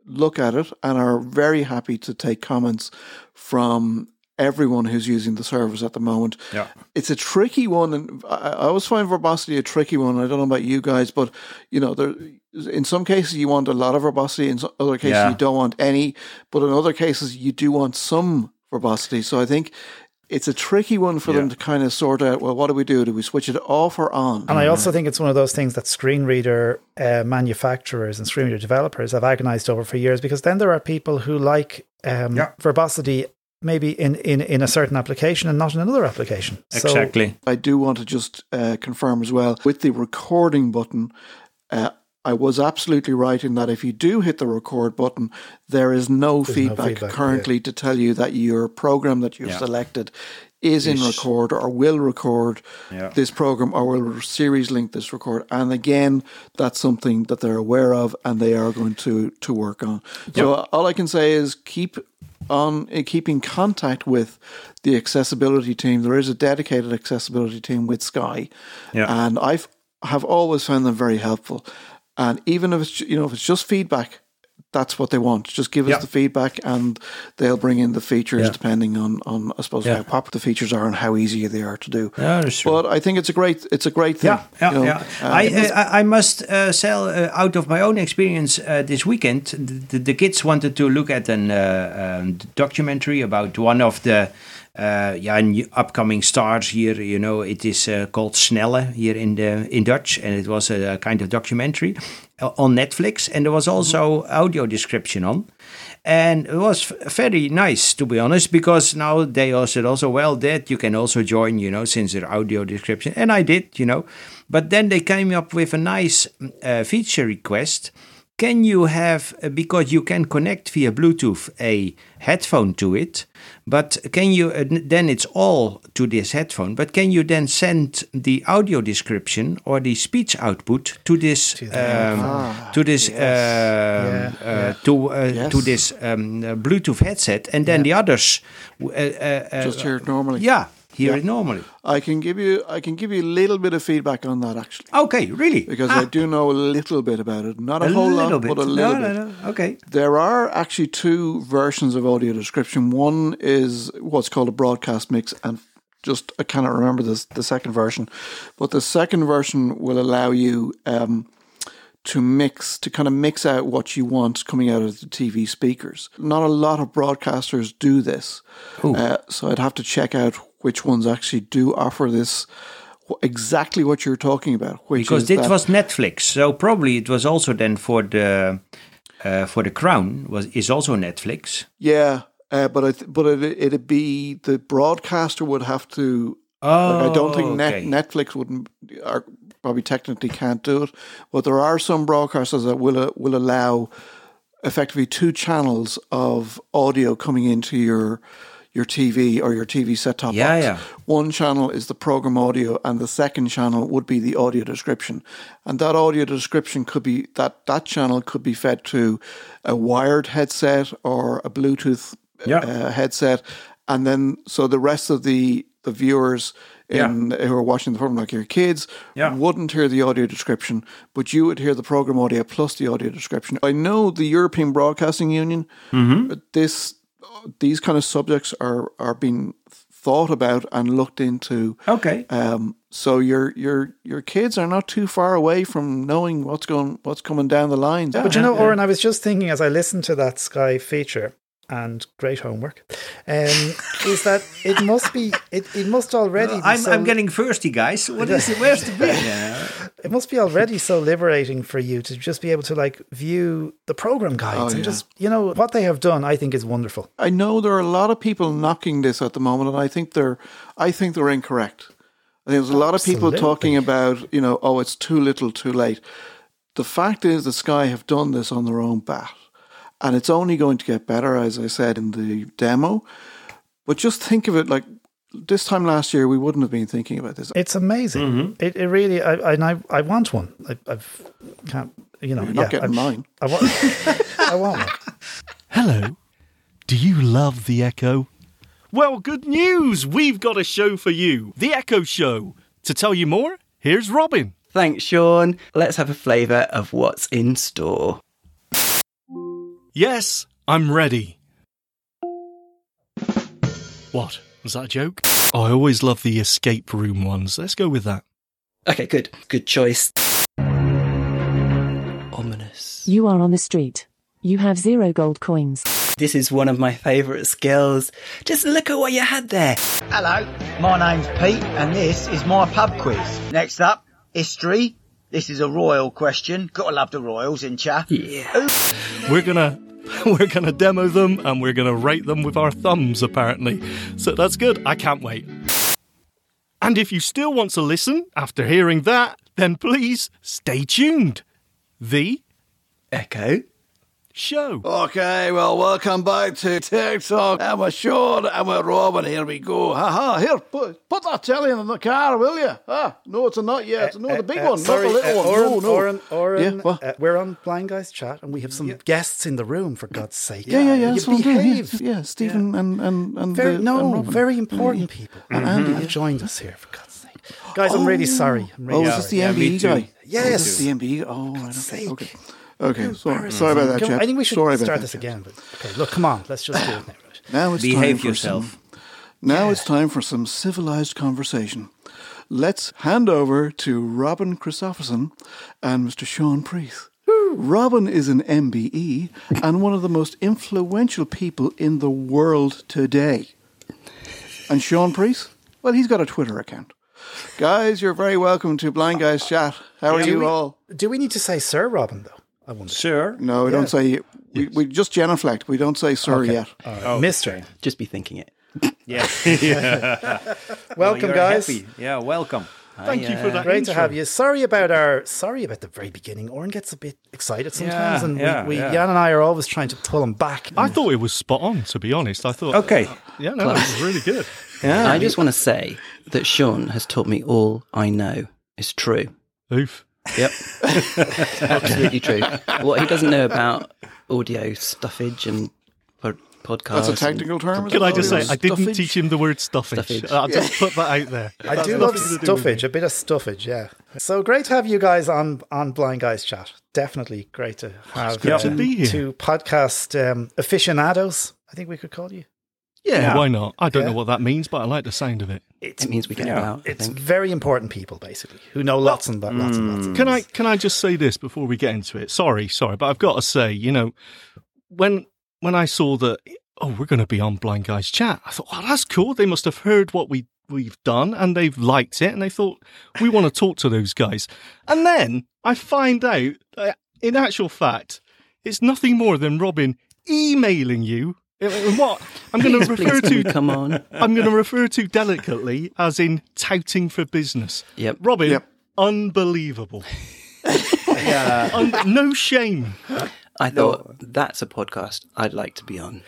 S2: look at it and are very happy to take comments from everyone who's using the service at the moment.
S3: Yeah.
S2: It's a tricky one, and I I always find verbosity a tricky one. I don't know about you guys, but you know, there in some cases you want a lot of verbosity, in so- other cases
S3: Yeah.
S2: you don't want any, but in other cases you do want some verbosity. So I think it's a tricky one for them to kind of sort out. Well, what do we do? Do we switch it off or on?
S4: And I also think it's one of those things that screen reader uh, manufacturers and screen reader developers have agonized over for years because then there are people who like um, verbosity maybe in, in, in a certain application and not in another application. So-
S2: I do want to just uh, confirm as well with the recording button. Uh, I was absolutely right in that if you do hit the record button, there is no,
S9: There's no
S2: feedback,
S9: feedback,
S2: currently to tell you that your program that you've
S9: Yeah.
S2: selected is in
S9: Ish.
S2: record or will record
S9: Yeah.
S2: this program or will series link this record. And again, that's something that they're aware of and they are going to, to work on. So all I can say is keep on uh, keeping contact with the accessibility team. There is a dedicated accessibility team with Sky,
S3: Yeah.
S2: and I've have always found them very helpful. And even if it's ju- you know if it's just feedback, that's what they want. Just give us
S3: Yeah.
S2: the feedback, and they'll bring in the features
S3: Yeah.
S2: depending on on I suppose
S3: Yeah.
S2: how popular the features are and how easy they are to do.
S3: Yeah, that's true.
S2: But I think it's a great it's a great thing.
S3: Yeah, yeah,
S2: you know.
S3: yeah.
S2: Uh,
S3: I, uh, I I must uh, sell uh, out of my own experience uh, this weekend. The, the kids wanted to look at an uh, um, documentary about one of the uh, yeah new upcoming stars here. You know, it is uh, called Snelle here in the in Dutch, and it was a, kind of documentary uh, on Netflix, and there was
S2: Mm-hmm.
S3: also audio description on. And it was f- very nice, to be honest, because now they all said also, well, that you can also join, you know, since their audio description. And I did, you know. But then they came up with a nice mm, uh, feature request. can you have uh, because you can connect via Bluetooth a headphone to it, but can you uh, then it's all to this headphone? But can you then send the audio description or the speech output to this to, um,
S2: Ah,
S3: to this um,
S2: Yeah,
S3: uh,
S2: yeah.
S3: to uh,
S2: Yes.
S3: to this um, uh, Bluetooth headset, and then the others w- uh, uh, uh,
S2: Just hear it normally.
S3: Yeah, hear
S2: Yeah.
S3: it normally.
S2: I can give you I can give you a little bit of feedback on that actually.
S3: Okay, really?
S2: Because
S3: Ah.
S2: I do know a little bit about it. Not a,
S3: A
S2: whole
S3: little
S2: lot,
S3: bit.
S2: but a
S3: No,
S2: little
S3: no,
S2: bit.
S3: no. Okay.
S2: There are actually two versions of audio description. One is what's called a broadcast mix and just I cannot remember this the second version. But the second version will allow you um, to mix to kind of mix out what you want coming out of the TV speakers. Not a lot of broadcasters do this, uh, so I'd have to check out which ones actually do offer this wh- exactly what you're talking about. Which
S3: because
S2: is
S3: this
S2: that-
S3: was Netflix, so probably it was also then for the uh, for the Crown was is also Netflix.
S2: yeah, uh, but I th- but it, it'd be the broadcaster would have to. I don't think Net-
S3: Oh, okay.
S2: Netflix wouldn't are probably technically can't do it, but there are some broadcasters that will uh, will allow effectively two channels of audio coming into your your TV or your TV set top
S3: Yeah,
S2: box.
S3: yeah.
S2: One channel is the program audio, and the second channel would be the audio description. And that audio description could be that that channel could be fed to a wired headset or a Bluetooth
S3: Yeah.
S2: uh, headset, and then so the rest of the the viewers in who are watching the program, like your kids, wouldn't hear the audio description, but you would hear the program audio plus the audio description. I know the European Broadcasting Union. But this these kind of subjects are are being thought about and looked into.
S3: Okay.
S2: Um, so your your your kids are not too far away from knowing what's going what's coming down the lines.
S4: but you know, Oren, I was just thinking as I listened to that Sky feature, and great homework, um, is that it must be it, it must already. Be
S3: I'm,
S4: so-
S3: I'm getting thirsty, guys. What is it? Where's the beer? Yeah.
S4: It must be already so liberating for you to just be able to like view the program guides
S2: Oh,
S4: and
S2: yeah.
S4: just you know what they have done. I think is wonderful.
S2: I know there are a lot of people knocking this at the moment, and I think they're I think they're incorrect. I think there's a lot of people
S4: Absolutely.
S2: talking about you know oh it's too little, too late. The fact is, the Sky have done this on their own bat, and it's only going to get better, as I said in the demo. But just think of it like this time last year, we wouldn't have been thinking about this.
S4: It's amazing. It, it really. I I- and I, I want one. I, I've can't. You know,
S2: You're
S4: yeah,
S2: not getting
S4: I,
S2: mine.
S4: I want. I want one.
S9: Hello. Do you love The Echo? Well, good news! We've got a show for you The Echo Show. To tell you more, here's Robin.
S11: Thanks, Sean. Let's have a flavour of what's in store.
S9: Yes, I'm ready. What? Was that a joke? I always love the escape room ones. Let's go with that.
S11: Okay, good. Good choice. Ominous.
S6: You are on the street. You have zero gold coins.
S11: This is one of my favourite skills. Just look at what you had there.
S13: Hello, my name's Pete, and this is my pub quiz. Next up, history. This is a royal question. Gotta love the royals in chat. Yeah.
S9: We're gonna we're gonna demo them and we're gonna rate them with our thumbs apparently. So that's good. I can't wait. And if you still want to listen after hearing that, then please stay tuned. The Echo Show.
S2: Okay, well, welcome back to TikTok. I'm a Sean, I'm a Robin. Here we go. Ha ha. Here, put, put that telly in the car, will you? Ah, no, it's a not yet. No, the big
S4: Uh,
S2: one,
S4: sorry,
S2: not the little one.
S4: uh, Oren,
S2: no, no.
S4: Oren, Oren,
S2: Yeah, what?
S4: uh, we're on Blind Guys Chat and we have some guests in the room, for God's sake.
S2: yeah, yeah, yeah.
S4: You
S2: that's what I'm doing,
S4: behave.
S2: Yeah, yeah Stephen and and and
S4: Very,
S2: the, and
S4: no,
S2: Robin.
S4: very important
S2: Yeah.
S4: people
S2: And Andy,
S4: have
S2: yeah.
S4: joined us here, for God's sake. Guys, I'm really
S2: Oh.
S4: sorry. I'm really
S2: oh, is
S4: sorry.
S2: this the MBE guy?
S4: Yes.
S2: Is this the MBE? Oh, right. Okay.
S4: sake.
S2: Okay. Okay, so, sorry about that,
S4: Can we-
S2: chap.
S4: I think we should
S2: sorry about
S4: start
S2: that,
S4: this
S2: chap.
S4: again. But, okay, look, come on. Let's just do it now.
S2: Now it's time
S3: Behave
S2: for
S3: yourself.
S2: Some, now it's time for some civilized conversation. Let's hand over to Robin Christopherson and Mr. Sean Priest. Robin is an MBE and one of the most influential people in the world today. And Sean Priest? Well, he's got a Twitter account. Guys, you're very welcome to Blind Guys Chat. How are
S4: Do
S2: you
S4: we-
S2: all?
S4: Do we need to say Sir Robin, though? I wonder.
S3: Sir?
S2: No, we
S4: Yeah.
S2: don't say. We, we just genuflect. We don't say sir
S4: Okay.
S2: yet.
S4: All right. Mister.
S11: Just be thinking it.
S3: Yeah.
S4: Welcome,
S3: you're
S4: guys.
S3: happy. Yeah, welcome. uh,
S9: Thank you for that.
S4: Great
S9: intro.
S4: to have you. Sorry about our sorry about the very beginning. Oren gets a bit excited sometimes,
S9: Yeah,
S4: and
S9: yeah,
S4: we, we
S9: yeah.
S4: Jan and I are always trying to pull him back.
S9: I thought it was spot on, to be honest. I thought.
S3: Okay.
S9: Yeah, no, it was really good.
S11: I just want to say that Sean has taught me all I know is true.
S9: Oof.
S11: Yep. Absolutely true. What he doesn't know about audio stuffage and pod- podcasts.
S2: That's a technical term, is
S9: Can
S2: it?
S9: I just say, I didn't
S2: Stuffage?
S9: teach him the word stuffage. Uh,
S11: Stuffage.
S9: I'll just
S11: Yeah.
S9: put that out there.
S4: I
S9: That's
S4: do love
S9: nothing to do with me.
S4: stuffage, a bit of stuffage, yeah. So great to have you guys on on Blind Guys Chat. Definitely great to have
S9: good to
S4: uh,
S9: be here.
S4: two podcast um, aficionados. I think we could call you.
S9: Yeah,
S4: Yeah.
S9: why not? I don't
S4: Yeah.
S9: know what that means, but I like the sound of it.
S4: It's-
S11: means we get
S4: yeah,
S11: it out, I
S4: It's
S11: think.
S4: very important people, basically, who know lots and lo- lots and lots.
S9: Can I can I just say this before we get into it? Sorry, sorry, but I've got to say, you know, when when I saw that, oh, we're going to be on Blind Guys Chat, I thought, oh, that's cool. They must have heard what we we've done and they've liked it, and they thought we want to talk to those guys. And then I find out, that in actual fact, it's nothing more than Robin emailing you. And What I'm going
S11: Please,
S9: to
S11: please,
S9: refer
S11: can
S9: to,
S11: we come on?
S9: I'm going to refer to delicately as in touting for business.
S11: Yep.
S9: Robin, unbelievable. yeah. no shame.
S11: I thought that's a podcast I'd like to be on.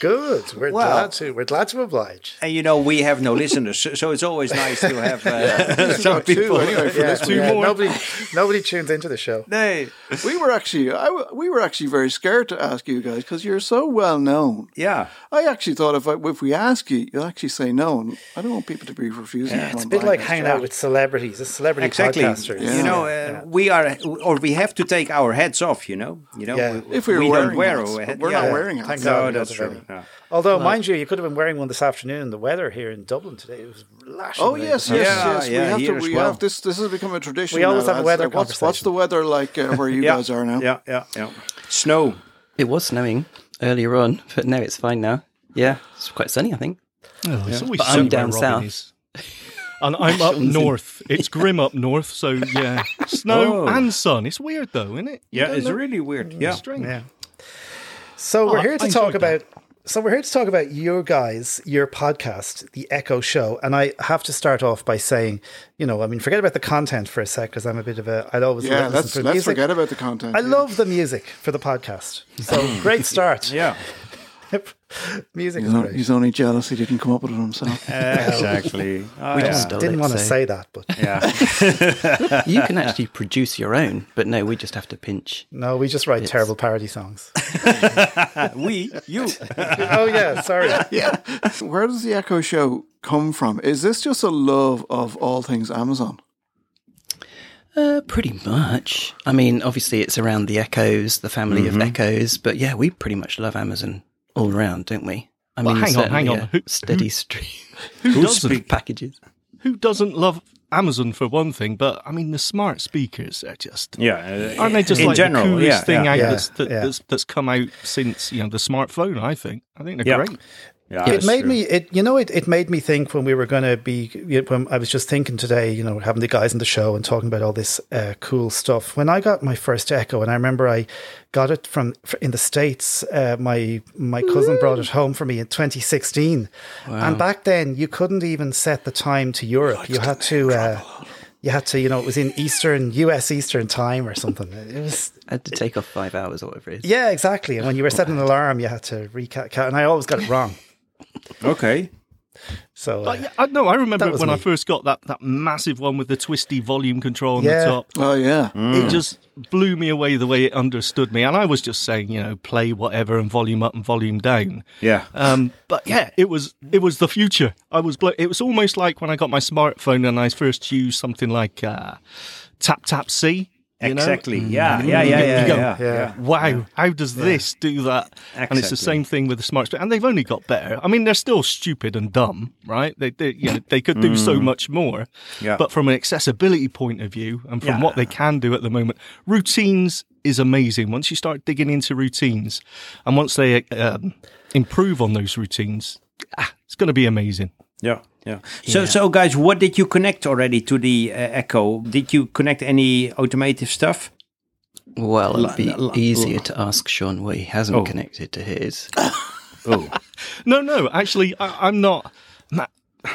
S4: Good. We're
S3: Well-
S4: glad to. We're glad to oblige.
S3: And you know, we have no listeners, so- so it's always nice to have uh, some
S2: two
S3: people.
S2: anyway for
S3: Yeah.
S2: this week.
S4: Nobody, nobody tunes into the show.
S3: Nay.
S2: we were actually I, w- we were actually very scared to ask you guys because you're so well known.
S3: Yeah,
S2: I actually thought if I, if we ask you, you'll actually say no. And I don't want people to be refusing. to come
S4: It's a
S2: on
S4: bit like
S2: podcast.
S4: hanging out with celebrities, it's celebrity
S3: exactly.
S4: podcasters.
S3: You know, uh, we are, or we have to take our hats off. You know, you know,
S4: Yeah.
S3: we-
S4: If we were
S3: we
S2: wearing
S3: don't wear
S2: hats,
S3: our
S2: but
S3: hat-
S2: we're not wearing Thank hats. God
S3: No,
S2: we
S3: that's
S2: don't
S3: true. No.
S4: Although,
S2: Well-
S4: mind you, you could have been wearing one this afternoon. The weather here in Dublin today it was lashing.
S2: Oh
S4: rain.
S2: yes, yes, yes.
S3: yeah,
S2: we
S3: here
S2: have
S3: as
S2: to. We
S3: well.
S2: have this. This has become a tradition.
S4: We always
S2: now,
S4: have
S2: lads.
S4: a weather
S2: Like, what's, what's the weather like uh, where you
S11: Yeah.
S2: guys are now?
S3: Yeah, yeah, yeah.
S11: Snow. It was snowing earlier on, but now it's fine now. Yeah, it's quite sunny, I think.
S9: Oh, it's
S11: Yeah.
S9: always
S11: But
S9: sunny
S11: I'm
S9: where
S11: down
S9: Robin
S11: south.
S9: is. And I'm up
S11: Sean's in-
S9: north. It's grim up north, so yeah. Snow
S3: Oh.
S9: and sun. It's weird though, isn't it? You
S3: Yeah,
S9: don't
S3: it's
S9: know?
S3: really weird.
S9: Mm,
S3: Yeah.
S9: strange.
S4: Yeah. So
S9: Oh,
S4: we're
S9: I-
S4: here to
S9: I
S4: talk
S9: enjoyed that.
S4: about. So we're here to talk about your guys, your podcast, the Echo Show, and I have to start off by saying, you know, I mean, forget about the content for a sec because I'm a bit of a. I always
S2: Yeah,
S4: listen
S2: let's
S4: for
S2: let's
S4: music.
S2: forget about the content.
S4: I love the music for the podcast. So great start.
S3: yeah.
S4: music
S2: He's,
S4: is
S2: on-
S4: great.
S2: he's only jealous he didn't come up with it himself.
S3: Exactly. Oh,
S11: We
S3: Uh, yeah.
S11: just stole
S4: Didn't
S11: it,
S4: want to
S11: so-
S4: say that, but
S11: Yeah. you can actually produce your own, but no, we just have to pinch.
S4: no, we just write
S11: Yes.
S4: terrible parody songs.
S3: we, you.
S4: oh yeah, sorry.
S2: yeah. Where does the Echo Show come from? Is this just a love of all things Amazon?
S11: Uh, pretty much. I mean, obviously, it's around the Echoes, the family
S3: Mhm.
S9: Mm-hmm.
S11: of Echoes, but yeah, we pretty much love Amazon all round, don't we? I
S9: Well,
S11: mean,
S9: hang on, hang
S11: certainly
S9: on.
S11: a
S9: Who-
S11: steady
S9: who-
S11: stream
S9: Who
S11: of
S9: doesn't?
S11: packages.
S9: Who doesn't love Amazon for one thing? But I mean, the smart speakers are just
S3: Yeah, uh,
S9: aren't they just
S3: in
S9: like
S3: general,
S9: the coolest
S3: yeah,
S9: thing
S3: yeah.
S9: out
S3: Yeah,
S9: that's, that,
S3: yeah.
S9: that's that's come out since you know the smartphone? I think I think they're
S3: Yeah.
S9: great.
S4: it made me it you know it, it made me think when we were going to be you know, when i was just thinking today you know having the guys in the show and talking about all this uh, cool stuff when i got my first echo and i remember i got it from fr- in the states uh, my my cousin brought it home for me in 2016
S11: Wow.
S4: and back then you couldn't even set the time to europe you had to uh, you had to you know it was in eastern us eastern time or something it was
S11: I had to take off five hours or whatever it is.
S4: yeah exactly and when you were setting an alarm you had to recalculate and i always got it wrong
S3: Okay.
S4: so uh,
S9: But yeah, I know. I
S4: that
S9: remember
S4: was
S9: when I
S4: me.
S9: first got that that massive one with the twisty volume control on
S4: Yeah.
S9: the top.
S2: Oh yeah.
S3: Hmm.
S9: It just blew me away the way it understood me, and I was just saying, you know, play whatever and volume up and volume down.
S3: Yeah.
S9: Um, but yeah, it was it was the future. I was blo- it was almost like when I got my smartphone and I first used something like uh, tap tap C. you know?
S3: Exactly. Yeah, yeah, yeah,
S9: Mm. You
S3: yeah,
S9: go,
S3: yeah, yeah.
S9: Wow, how does this do that? And it's the
S3: Exactly.
S9: same thing with the smart and they've only got better. I mean, they're still stupid and dumb, right? They they, you know, they could do so
S3: Mm.
S9: much more.
S3: Yeah.
S9: But from an accessibility point of view and from
S3: Yeah.
S9: what they can do at the moment, routines is amazing. Once you start digging into routines and once they um, improve on those routines, ah, it's going to be amazing.
S3: Yeah. Yeah. So, so guys, what did you connect already to the uh, Echo? Did you connect any automotive stuff?
S11: Well,
S3: La-
S11: it'd be
S3: la- la-
S11: easier to ask Sean what he hasn't
S3: Oh.
S11: connected to his.
S3: Oh,
S9: No, no, actually, I, I'm not. ma-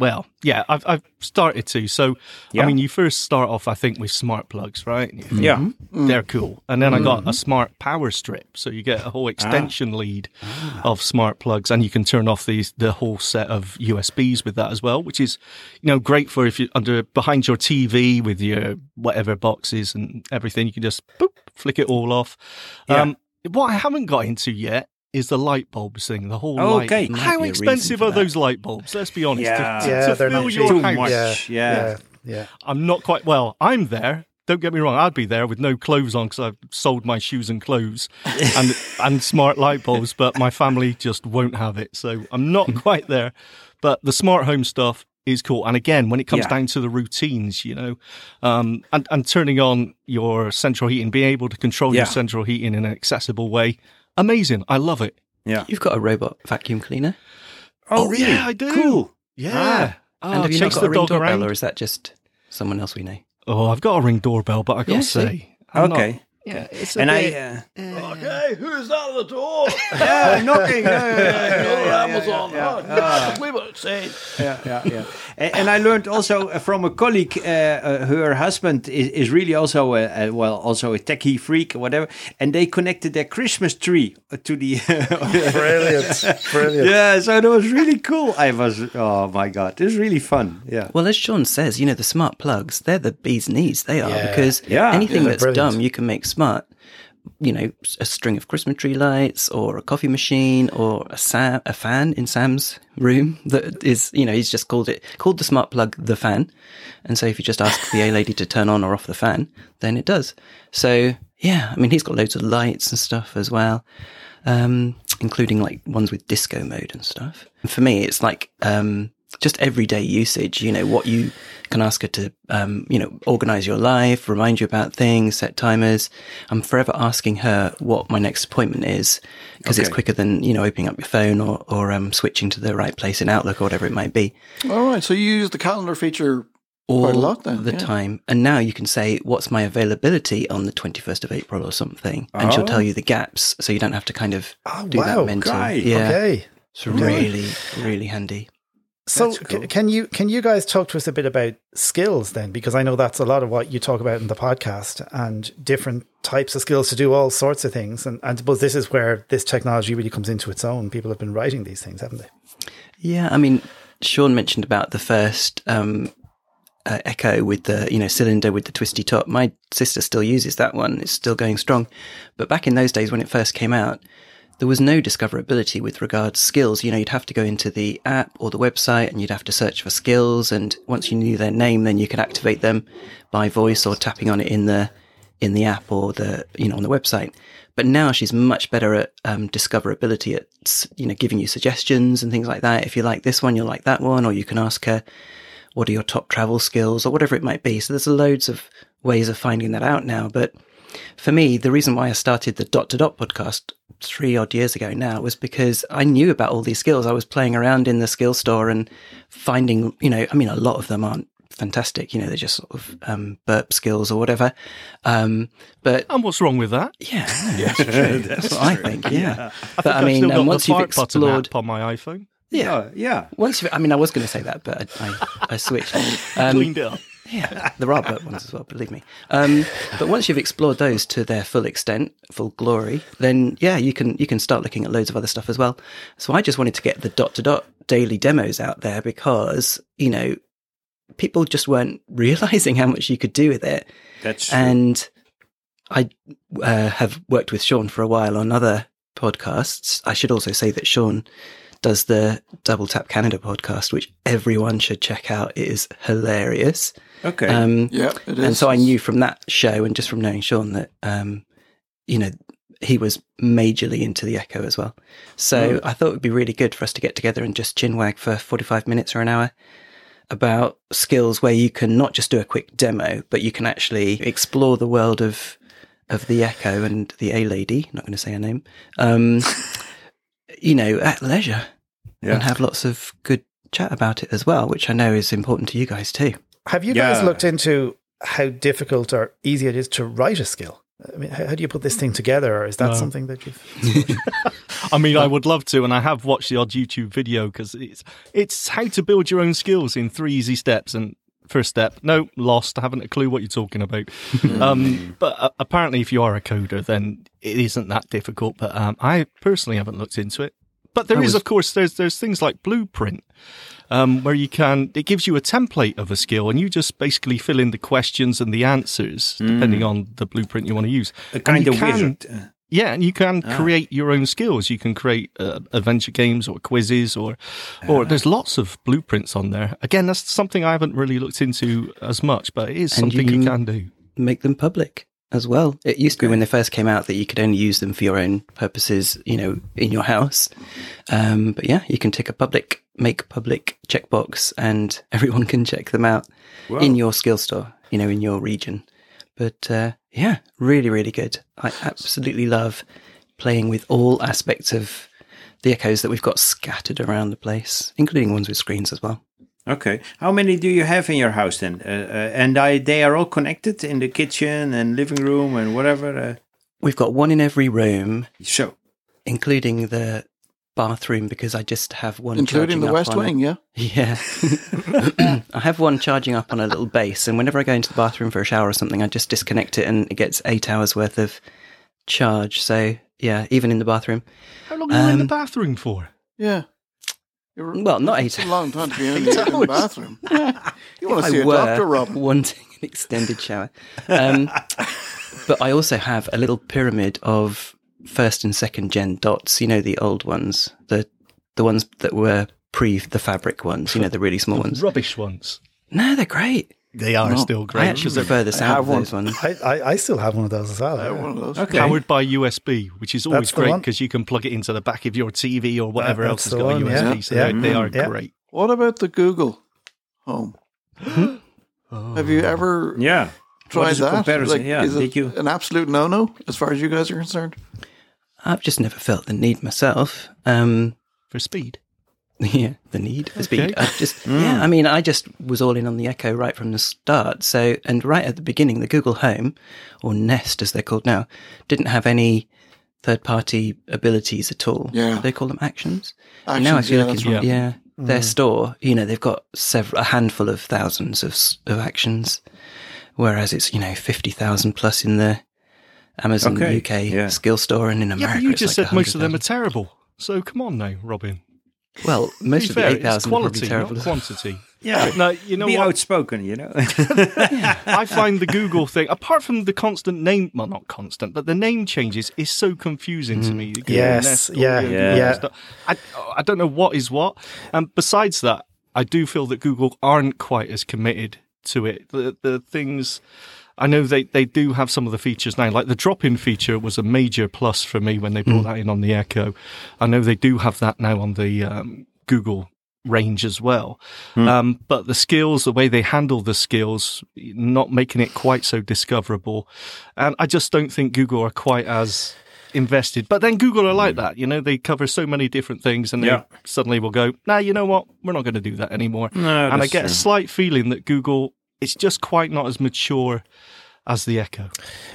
S8: Well, yeah, I've, I've started to. So,
S3: Yeah.
S8: I mean, you first start off, I think, with smart plugs, right? And you think,
S3: Yeah.
S8: "Mm,
S9: Mm-hmm.
S3: Mm.
S8: They're cool. And then I got a
S3: Mhm.
S8: smart power strip. So you get a
S3: Ah.
S8: whole extension lead of smart plugs and you can turn off these the whole set of USBs with that as well, which is, you know, great for if you under behind your TV with your whatever boxes and everything, you can just boop, flick it all off.
S3: Yeah.
S8: Um, what I haven't got into yet is the light bulbs thing, the whole
S3: Oh, Okay.
S8: light.
S3: Might
S8: How
S3: be a reason
S8: expensive
S3: for
S8: are
S3: that.
S8: those light bulbs? Let's be honest.
S3: Yeah.
S8: to, to-
S3: Yeah,
S8: to
S3: they're
S8: fill
S3: not
S8: your
S3: cheap. Too
S8: house.
S3: much, Yeah, yeah.
S4: yeah.
S8: I'm not quite well. I'm there. Don't get me wrong. I'd be there with no clothes on because I've sold my shoes and clothes and and smart light bulbs, but my family just won't have it. So I'm not quite there. But the smart home stuff is cool. And again, when it comes
S3: Yeah.
S8: down to the routines, you know, um, and and turning on your central heating, being able to control
S3: Yeah.
S8: your central heating in an accessible way, amazing. I love it.
S3: Yeah,
S9: you've got a robot vacuum cleaner.
S8: Oh, really? Yeah, I do.
S3: Cool.
S8: Yeah.
S9: Ah.
S8: Oh,
S9: and have you not
S8: chase
S9: got
S8: the
S9: a ring
S8: dog
S9: doorbell,
S8: around.
S9: or is that just someone else we know?
S8: Oh, I've got a ring doorbell, but I gotta
S9: Yeah, see?
S8: say, I'm not-
S9: Okay.
S8: yeah, it's a
S3: and
S8: bit-
S3: I, uh,
S2: Okay, who's at the door?
S3: Yeah, knocking, yeah, yeah, yeah,
S2: You're
S3: yeah,
S2: Amazon.
S3: yeah,
S2: Oh,
S3: yeah.
S2: no,
S3: Ah.
S2: we were saying.
S3: yeah, yeah, yeah. And, and I learned also uh, from a colleague, uh, uh, her husband is, is really also a, a, well, also a techie freak or whatever, and they connected their Christmas tree uh, to the.
S4: Brilliant, brilliant.
S3: Yeah, so that was really cool. I was, oh my god, it was really fun. Yeah.
S9: Well, as Sean says, you know, the smart plugs, they're the bee's knees. They are
S3: Yeah.
S9: because
S3: Yeah.
S9: anything
S3: Yeah,
S9: that's
S3: brilliant.
S9: dumb, you can make smart. You know, a string of Christmas tree lights or a coffee machine or a, Sam, a fan in Sam's room that is, you know, he's just called it, called the smart plug the fan. And so if you just ask the A lady to turn on or off the fan, then it does. So yeah, I mean, he's got loads of lights and stuff as well, um, including like ones with disco mode and stuff. For me, it's like um, just everyday usage. You know, what you can ask her to, um, you know, organize your life, remind you about things, set timers. I'm forever asking her what my next appointment is because it's
S14: Okay.
S9: quicker than you know opening up your phone or or um, switching to the right place in Outlook or whatever it might be
S14: All right. So you use the calendar feature
S9: all
S14: quite a lot then.
S9: the
S14: yeah.
S9: time. And now you can say, "What's my availability on the twenty first of April or something?" And she'll
S4: Oh.
S9: tell you the gaps, so you don't have to kind of
S14: Oh,
S9: do
S4: wow,
S9: that mental.
S4: great.
S9: Yeah,
S4: Okay.
S9: it's
S4: Okay.
S9: really really handy.
S4: So c- can you can you guys talk to us a bit about skills then because I know that's a lot of what you talk about in the podcast and different types of skills to do all sorts of things and and I suppose this is where this technology really comes into its own people have been writing these things haven't they
S9: Yeah, I mean, Sean mentioned about the first um, uh, Echo with the you know cylinder with the twisty top. My sister still uses that one; it's still going strong. But back in those days when it first came out, there was no discoverability with regards skills. You know, you'd have to go into the app or the website and you'd have to search for skills. And once you knew their name, then you could activate them by voice or tapping on it in the in the app or the you know on the website. But now she's much better at um, discoverability, at s- you know giving you suggestions and things like that. If you like this one, you'll like that one, or you can ask her, "What are your top travel skills?" or whatever it might be. So there's loads of ways of finding that out now. But for me, the reason why I started the dot to dot podcast three odd years ago now was because I knew about all these skills. I was playing around in the skill store and finding, you know, I mean, a lot of them aren't fantastic. You know, they're just sort of um, burp skills or whatever. Um, but
S8: and what's wrong with that?
S9: Yeah, that's true. That's what I think. Yeah,
S8: I
S9: but
S8: think
S9: I
S8: I've
S9: mean,
S8: still got
S9: um,
S8: the
S9: once you've
S8: fart button app
S9: explored,
S8: on my iPhone.
S9: yeah,
S3: Oh, yeah.
S9: Once you've, I mean, I was going to say that, but I, I, I switched.
S8: Cleaned it up.
S9: Yeah, there are burp ones as well. Believe me. Um, but once you've explored those to their full extent, full glory, then yeah, you can you can start looking at loads of other stuff as well. So I just wanted to get the dot to dot daily demos out there because you know people just weren't realizing how much you could do with it.
S3: That's true.
S9: and I uh, have worked with Sean for a while on other podcasts. I should also say that Sean does the Double Tap Canada podcast, which everyone should check out. It is hilarious.
S3: Okay.
S9: um,
S14: Yeah, it
S9: And
S14: is.
S9: so I knew from that show and just from knowing Sean that, um, you know, he was majorly into the echo as well. So
S14: Mm.
S9: I thought it would be really good for us to get together and just chinwag for 45 minutes or an hour about skills where you can not just do a quick demo, but you can actually explore the world of of the Echo and the A Lady. Not going to say her name. Um, you know, at leisure,
S4: Yeah.
S9: and have lots of good chat about it as well, which I know is important to you guys too.
S4: have you guys looked into how difficult or easy it is to write a skill I mean, how, how do you put this thing together? Or is that
S9: No.
S4: something that you've?
S9: I mean, I would love to, and I have watched the odd YouTube video because it's it's how to build your own skills in three easy steps. And first step, no, lost. I haven't a clue what you're talking about.
S3: Hmm.
S9: um, but uh, apparently, if you are a coder, then it isn't that difficult. But um, I personally haven't looked into it. But there
S15: I
S9: is,
S15: was-
S9: of course, there's there's things like Blueprint, um, where you can it gives you a template of a skill, and you just basically fill in the questions and the answers depending on the blueprint you want to use.
S3: Hmm. A
S9: And
S3: kind
S9: you
S3: of
S9: can-
S3: wizard. Uh,
S9: yeah, and you can
S3: Ah.
S9: create your own skills. You can create uh, adventure games or quizzes, or
S11: Ah.
S9: or there's lots of blueprints on there. Again, that's something I haven't really looked into as much, but it is
S11: And you
S9: something you
S11: can
S9: can do.
S11: Make them public as well. It used to be when they first came out that you could only use them for your own purposes, you know, in your house. Um, but yeah, you can tick a public, make public checkbox, and everyone can check them out
S12: Wow.
S11: in your skill store, you know, in your region. But uh, yeah, really, really good. I absolutely love playing with all aspects of the echoes that we've got scattered around the place, including ones with screens as well.
S3: Okay. How many do you have in your house then? Uh, uh, and I, they are all connected in the kitchen and living room and whatever. Uh,
S11: We've got one in every room.
S3: So,
S11: including the bathroom because I just have one
S2: Including
S11: charging
S2: the
S11: up
S2: West
S11: on a-
S2: Wing, yeah?
S11: Yeah. I have one charging up on a little base and whenever I go into the bathroom for a shower or something I just disconnect it and it gets 8 hours worth of charge. So, yeah, even in the bathroom.
S9: How long are you in the
S11: Um,
S9: bathroom for?
S2: Yeah.
S11: Well, not eight.
S2: It's a long time to be in,
S11: Eight
S2: the- in the
S11: hours.
S2: bathroom. you want
S11: If
S2: to
S11: I
S2: see a
S11: were
S2: doctor, Rob?
S11: Wanting an extended shower. Um, but I also have a little pyramid of first and second gen dots. You know the old ones, the the ones that were pre the fabric ones. You know the really small ones.
S9: Rubbish ones.
S11: No, they're great.
S9: They are
S11: No,
S9: still great.
S11: I actually prefer the sound of those ones.
S4: I, I, I still have one of those as well. yeah.
S9: Okay. Powered by USB, which is Uh, always
S4: That's the
S9: great
S4: one.
S9: because you can plug it into the back of your TV or whatever
S4: that's
S9: else has
S4: the
S9: got
S4: one,
S9: a
S4: yeah.
S9: USB. So
S4: Yeah.
S9: they- they are
S4: Mm. Yeah.
S9: great.
S2: What about the Google Home?
S9: Oh.
S2: Have you ever
S3: yeah
S2: tried
S11: What is the
S2: that?
S11: comparison? Yeah,
S2: Is it
S11: did you-
S2: an absolute no-no as far as you guys are concerned?
S11: I've just never felt the need myself. Um,
S9: for speed.
S11: Yeah, the need for
S9: Okay.
S11: speed. I just,
S9: Mm.
S11: yeah, I mean, I just was all in on the Echo right from the start. So, and right at the beginning, the Google Home, or Nest as they're called now, didn't have any third party abilities at all.
S2: Yeah.
S11: They call them actions. And now I
S2: Actions,
S11: feel
S2: yeah,
S11: like
S2: that's
S11: it's,
S2: right.
S11: yeah, their
S2: Mm.
S11: store, you know, they've got several, a handful of thousands of, s- of actions, whereas it's, you know, 50,000 plus in the Amazon
S9: Okay,
S11: UK skill store and in America.
S9: yeah, but you
S11: it's
S9: just
S11: like
S9: said most
S11: 100,000.
S9: of them are terrible. So come on now, Robin.
S11: Well,
S9: To
S11: most
S9: be
S11: of the
S9: fair, it's
S11: 8,000 would be
S9: quality,
S11: terrible
S9: not
S11: as well.
S9: quantity.
S3: Yeah.
S9: No, you know
S3: be
S9: what?
S3: outspoken, you know.
S9: I find the Google thing, apart from the constant name, well, not constant, but the name changes is so confusing to me. The Google
S4: Mm. Yes,
S9: Nest, all
S4: yeah,
S9: the Google
S4: yeah.
S9: stuff. I, I don't know what is what. And besides that, I do feel that Google aren't quite as committed to it. The, the things. I know they, they do have some of the features now, like the drop in feature was a major plus for me when they
S3: Mm.
S9: brought that in on the Echo. I know they do have that now on the um, Google range as well.
S3: Mm.
S9: Um, but the skills, the way they handle the skills, not making it quite so discoverable. And I just don't think Google are quite as invested. But then Google are like that, you know, they cover so many different things and
S3: Mm. Yeah.
S9: they suddenly will go, nah, you know what? We're not going to do that anymore.
S3: No,
S9: and I
S3: Oh, that's
S9: get a
S3: true.
S9: slight feeling that Google, it's just quite not as mature as the Echo.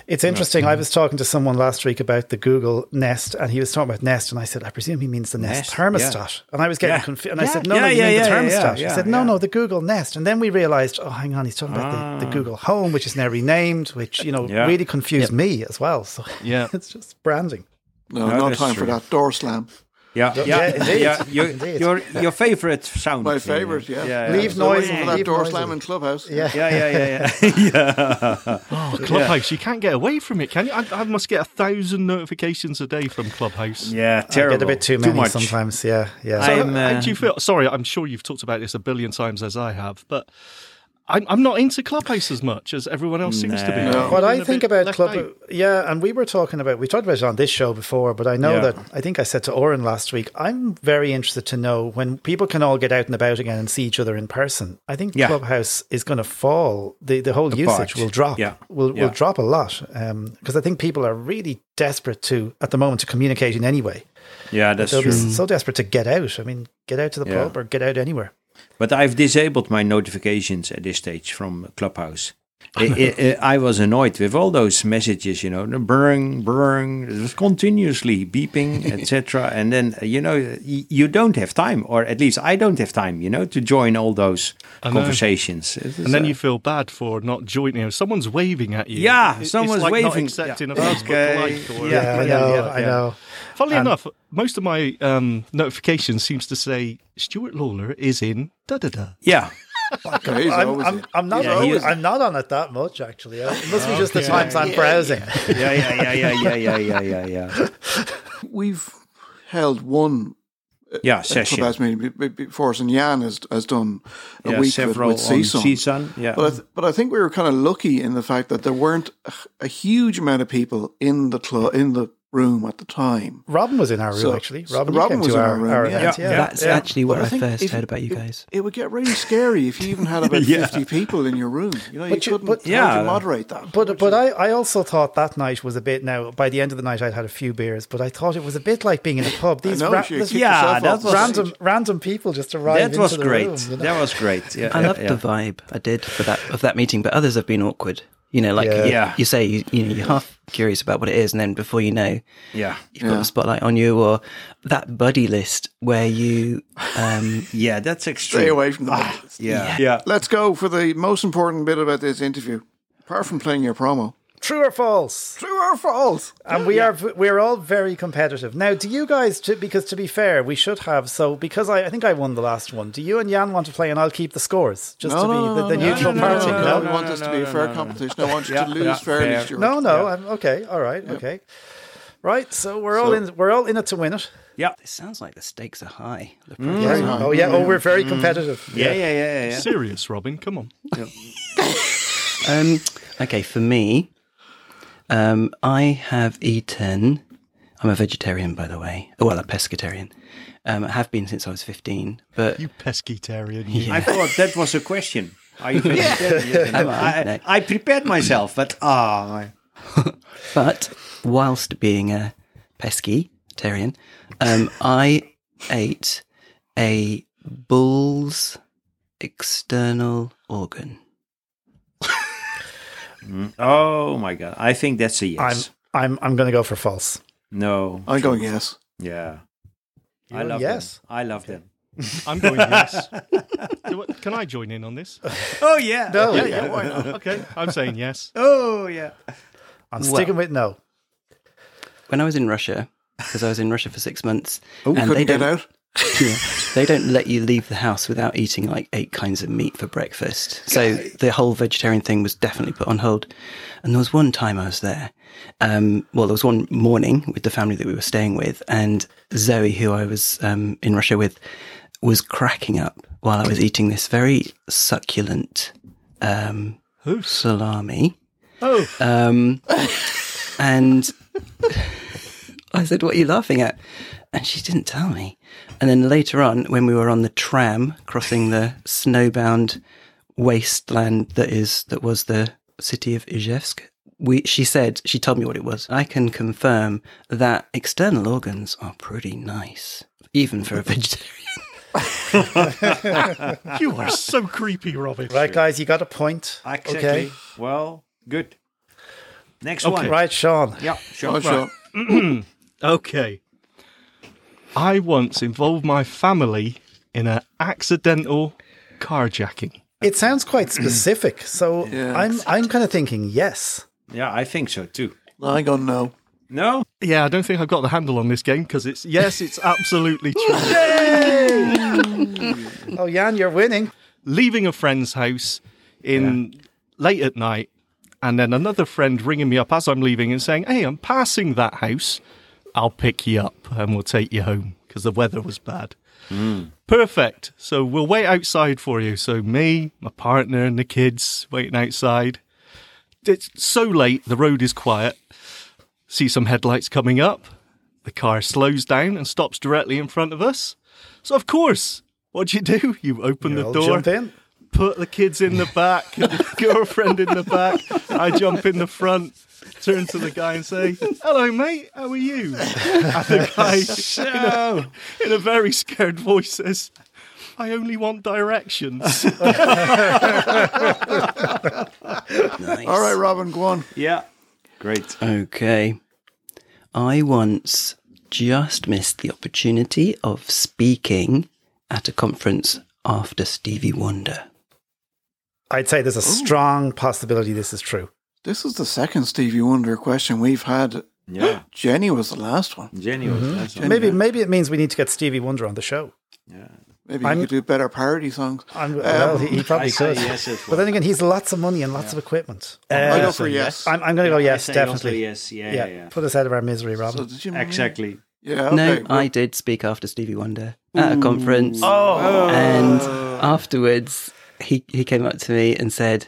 S4: It's interesting.
S9: Mm-hmm.
S4: I was talking to someone last week about the Google Nest, and he was talking about Nest, and I said, I presume he means the Nest,
S3: Nest,
S4: thermostat.
S3: yeah.
S4: And I was getting
S3: Yeah.
S4: confused. And I
S3: Yeah,
S4: said, No,
S3: yeah,
S4: no, you
S3: yeah,
S4: mean the
S3: yeah, yeah,
S4: thermostat. he
S3: yeah,
S4: said, No, no, the Google Nest. And then we realized, oh, hang on, he's talking about the, the
S3: Ah.
S4: Google Home, which is now renamed, which, you know,
S3: Yeah.
S4: really confused me as well. So
S9: Yeah.
S4: it's just branding.
S2: No,
S3: No,
S2: no,
S3: that's
S2: time for
S3: true.
S2: that door slam.
S3: Yeah,
S2: Yeah,
S3: yeah, yeah.
S2: indeed.
S3: Your,
S2: Indeed.
S3: your your favorite sound.
S2: My
S3: you know.
S2: favourite, yeah.
S4: Leave
S2: So
S4: noise
S2: waiting
S4: in,
S2: for that
S4: leave
S2: door
S4: noise
S2: slam
S4: in.
S2: in Clubhouse.
S4: Yeah.
S3: Yeah, yeah, yeah, yeah. yeah.
S9: Oh, Clubhouse, you can't get away from it, can you? I, I must get a thousand notifications a day from Clubhouse.
S3: Yeah, uh,
S4: I get a bit too many sometimes. Yeah, yeah.
S9: So, how do you feel? Sorry, I'm sure you've talked about this a billion times as I have, but I'm, I'm not into Clubhouse as much as everyone else seems to be. I'm
S4: What
S9: feeling
S4: I
S9: a
S4: think
S9: bit
S4: about
S9: left
S4: Club,
S9: out.
S4: yeah, and we were talking about we talked about it on this show before, but I know
S9: Yeah.
S4: that I think I said to Oren last week, I'm very interested to know when people can all get out and about again and see each other in person. I think
S3: Yeah.
S4: Clubhouse is going to fall. the The whole
S3: Apart.
S4: usage will drop.
S3: Yeah.
S4: will
S3: Yeah.
S4: will drop a lot because I think people are really desperate to at the moment to communicate in any way.
S3: Yeah, that's
S4: They'll
S3: true.
S4: be so desperate to get out. I mean, get out to the
S3: Yeah.
S4: pub or get out anywhere.
S3: But I've disabled my notifications at this stage from Clubhouse. I, I- I was annoyed with all those messages, you know, the brrring, brrring, it was continuously beeping, etc. And then, uh, you know, y- you don't have time, or at least I don't have time, you know, to join all those
S9: I know.
S3: conversations. It is,
S9: And then
S3: uh,
S9: you feel bad for not joining. You know, someone's waving at you.
S3: Yeah,
S9: It- it's
S3: someone's
S9: like not
S3: waving.
S9: accepting
S3: Yeah.
S9: a Facebook
S3: Okay.
S9: like. Or
S3: Yeah, I know, I know.
S9: Funnily
S3: And-
S9: enough, most of my um, notifications seems to say Stuart Lawler is in da da da.
S3: Yeah.
S9: he's
S4: I'm,
S9: always
S4: I'm,
S9: in.
S4: I'm not
S9: Yeah,
S4: on,
S9: he is.
S4: I'm not on it that much actually. Uh, It must be just the
S3: Okay.
S4: times I'm
S3: Yeah,
S4: browsing.
S3: yeah, yeah, yeah, yeah, yeah, yeah, yeah, yeah.
S2: We've held one uh,
S3: Yeah,
S2: uh,
S3: session.
S2: clubhouse meeting be- be- before us, and Jan has, has done a
S3: Yeah,
S2: week
S3: several
S2: with,
S3: on
S2: with CSUN.
S3: CSUN, yeah.
S2: But I, th- but I think we were kind of lucky in the fact that there weren't a, a huge amount of people in the club in the room at the time.
S4: Robin was in our room
S2: So-
S4: actually.
S2: so
S4: Robin,
S2: Robin
S4: you came
S2: was in
S4: to our,
S2: our room,
S4: our
S2: yeah.
S4: event.
S2: Yeah,
S4: Yeah,
S2: that's
S11: actually what I
S2: think
S11: first
S2: if-
S11: heard about you guys.
S2: It would get really scary if you even had about
S11: Yeah.
S2: fifty people in your room. You know, you
S4: But you-
S2: couldn't
S4: but-
S2: how would
S4: Yeah.
S2: you moderate that.
S4: But but I, I also thought that night was a bit now by the end of the night I'd had a few beers but I thought it was a bit like being in a pub these
S2: know,
S4: ra-
S2: she
S4: this-
S2: kicked Yeah, herself that off. was-
S4: random random people just arrived
S3: That was
S4: into the
S3: great.
S4: room, you know?
S3: That was great. Yeah,
S11: I
S3: yeah,
S11: loved
S3: yeah.
S11: the vibe I did for that of that meeting, but others have been awkward. You know, like
S3: Yeah.
S11: You,
S3: Yeah.
S11: you say, you, you know, you're half curious about what it is, and then before you know,
S3: Yeah.
S11: you've got the spotlight on you, or that buddy list where you, um,
S3: yeah, that's extreme.
S2: Stay away from the
S3: yeah. yeah.
S2: Let's go for the most important bit about this interview, apart from playing your promo.
S4: True or false?
S2: True or false?
S4: And we are we're all very competitive. Now, do you guys to, because to be fair, we should have so because I, I think I won the last one. Do you and Jan want to play and I'll keep the scores just to be the, the neutral party?
S2: No, I want this to be a fair competition. I want you to lose fairly, Stuart.
S4: No, no, I'm okay. All right, okay. Right, so we're all
S11: So-
S4: in we're all in it to win it.
S3: Yeah.
S11: It sounds like the stakes are high. The
S2: Mm-hmm.
S4: Mm.
S11: prizes
S4: Yeah.
S11: are high.
S4: Oh, yeah. Oh, we're very Mm. competitive.
S9: Serious, Robin. Come on.
S11: Um, okay, for me, um, I have eaten. I'm a vegetarian, by the way. Oh, Well, a pescatarian. Um, I have been since I was 15. But
S9: you pescatarian.
S11: you.
S3: I thought that was a question. Are you vegetarian?
S11: Am I?
S3: I, I prepared myself, but ah, my-
S11: But whilst being a pescatarian, um, I ate a bull's external organ.
S3: oh my god! I think that's a yes.
S4: I'm I'm going to go for false.
S3: no,
S2: I'm going yes.
S3: Yeah,
S4: You
S3: I
S4: went
S3: love
S4: yes.
S3: them. I love them.
S9: I'm going yes. Do what- Can I join in on this?
S3: Oh yeah.
S4: No.
S9: yeah, yeah, why not? Okay, I'm saying yes.
S3: Oh yeah.
S4: I'm
S11: Well-
S4: sticking with no.
S11: When I was in Russia, because I was in Russia for six months,
S2: Oh, couldn't get
S11: don't,
S2: out?
S11: Yeah, they don't let you leave the house without eating like eight kinds of meat for breakfast. So the whole vegetarian thing was definitely put on hold. And there was one time I was there. Um, well, there was one morning with the family that we were staying with, and Zoe, who I was um, in Russia with, was cracking up while I was eating this very succulent um, salami.
S9: Oh.
S11: Um, and I said, What are you laughing at? And she didn't tell me. And then later on, when we were on the tram crossing the snowbound wasteland that is that was the city of Izhevsk, we she said she told me what it was. I can confirm that external organs are pretty nice, even for a vegetarian.
S9: You are so creepy, Robin.
S4: Right, guys, you got a point.
S3: Exactly.
S4: Okay.
S3: Well, good. Next
S9: Okay.
S3: one.
S9: Right,
S4: Sean.
S3: Yeah,
S2: Oh,
S4: Oh,
S3: Sean.
S9: Right. okay. I once involved my family in an accidental carjacking.
S4: It sounds quite specific. So
S9: Yeah.
S4: I'm I'm kind of thinking yes.
S3: Yeah, I think so too.
S2: I go no.
S3: No?
S9: Yeah, I don't think I've got the handle on this game because it's yes, it's absolutely true.
S4: oh, Jan, you're winning.
S9: Leaving a friend's house in late at night, and then another friend ringing me up as I'm leaving and saying, "Hey, I'm passing that house. I'll pick you up and we'll take you home because the weather was bad."
S4: Hmm.
S9: Perfect. So we'll wait outside for you. So me, my partner, and the kids waiting outside. It's so late. The road is quiet. See some headlights coming up. The car slows down and stops directly in front of us. So of course, what do you do? You open
S4: You
S9: the
S4: all
S9: door,
S4: jump in.
S9: put the kids in the back, and the girlfriend in the back. I jump in the front. Turn to the guy and say, "Hello, mate. How are you?" And the guy, in a- in a very scared voice, says, I only want directions.
S2: All right, Robin, go on.
S3: Yeah.
S11: Great. Okay. I once just missed the opportunity of speaking at a conference after Stevie Wonder.
S4: I'd say there's a strong possibility this is true.
S2: This is the second Stevie Wonder question we've had.
S4: Yeah.
S2: Jenny was the last one.
S3: Jenny
S4: Mhm. Maybe maybe it means we need to get Stevie Wonder on the show.
S2: Maybe
S4: I'm-
S2: you could do better parody songs. Um,
S4: I'm, well, he, he probably could. but then again, he's lots of money and lots of equipment. Uh,
S2: I go for yes.
S4: I'm, I'm going to go
S2: Yeah, I
S4: yes,
S2: say
S4: definitely.
S2: also yes. Yeah, yeah, yeah.
S4: Put us out of our misery, Robin.
S2: did you- Exactly. Yeah,
S11: no,
S2: okay,
S11: I did speak after Stevie Wonder at a
S4: Ooh.
S11: conference.
S4: Oh.
S11: And afterwards, he, he came up to me and said,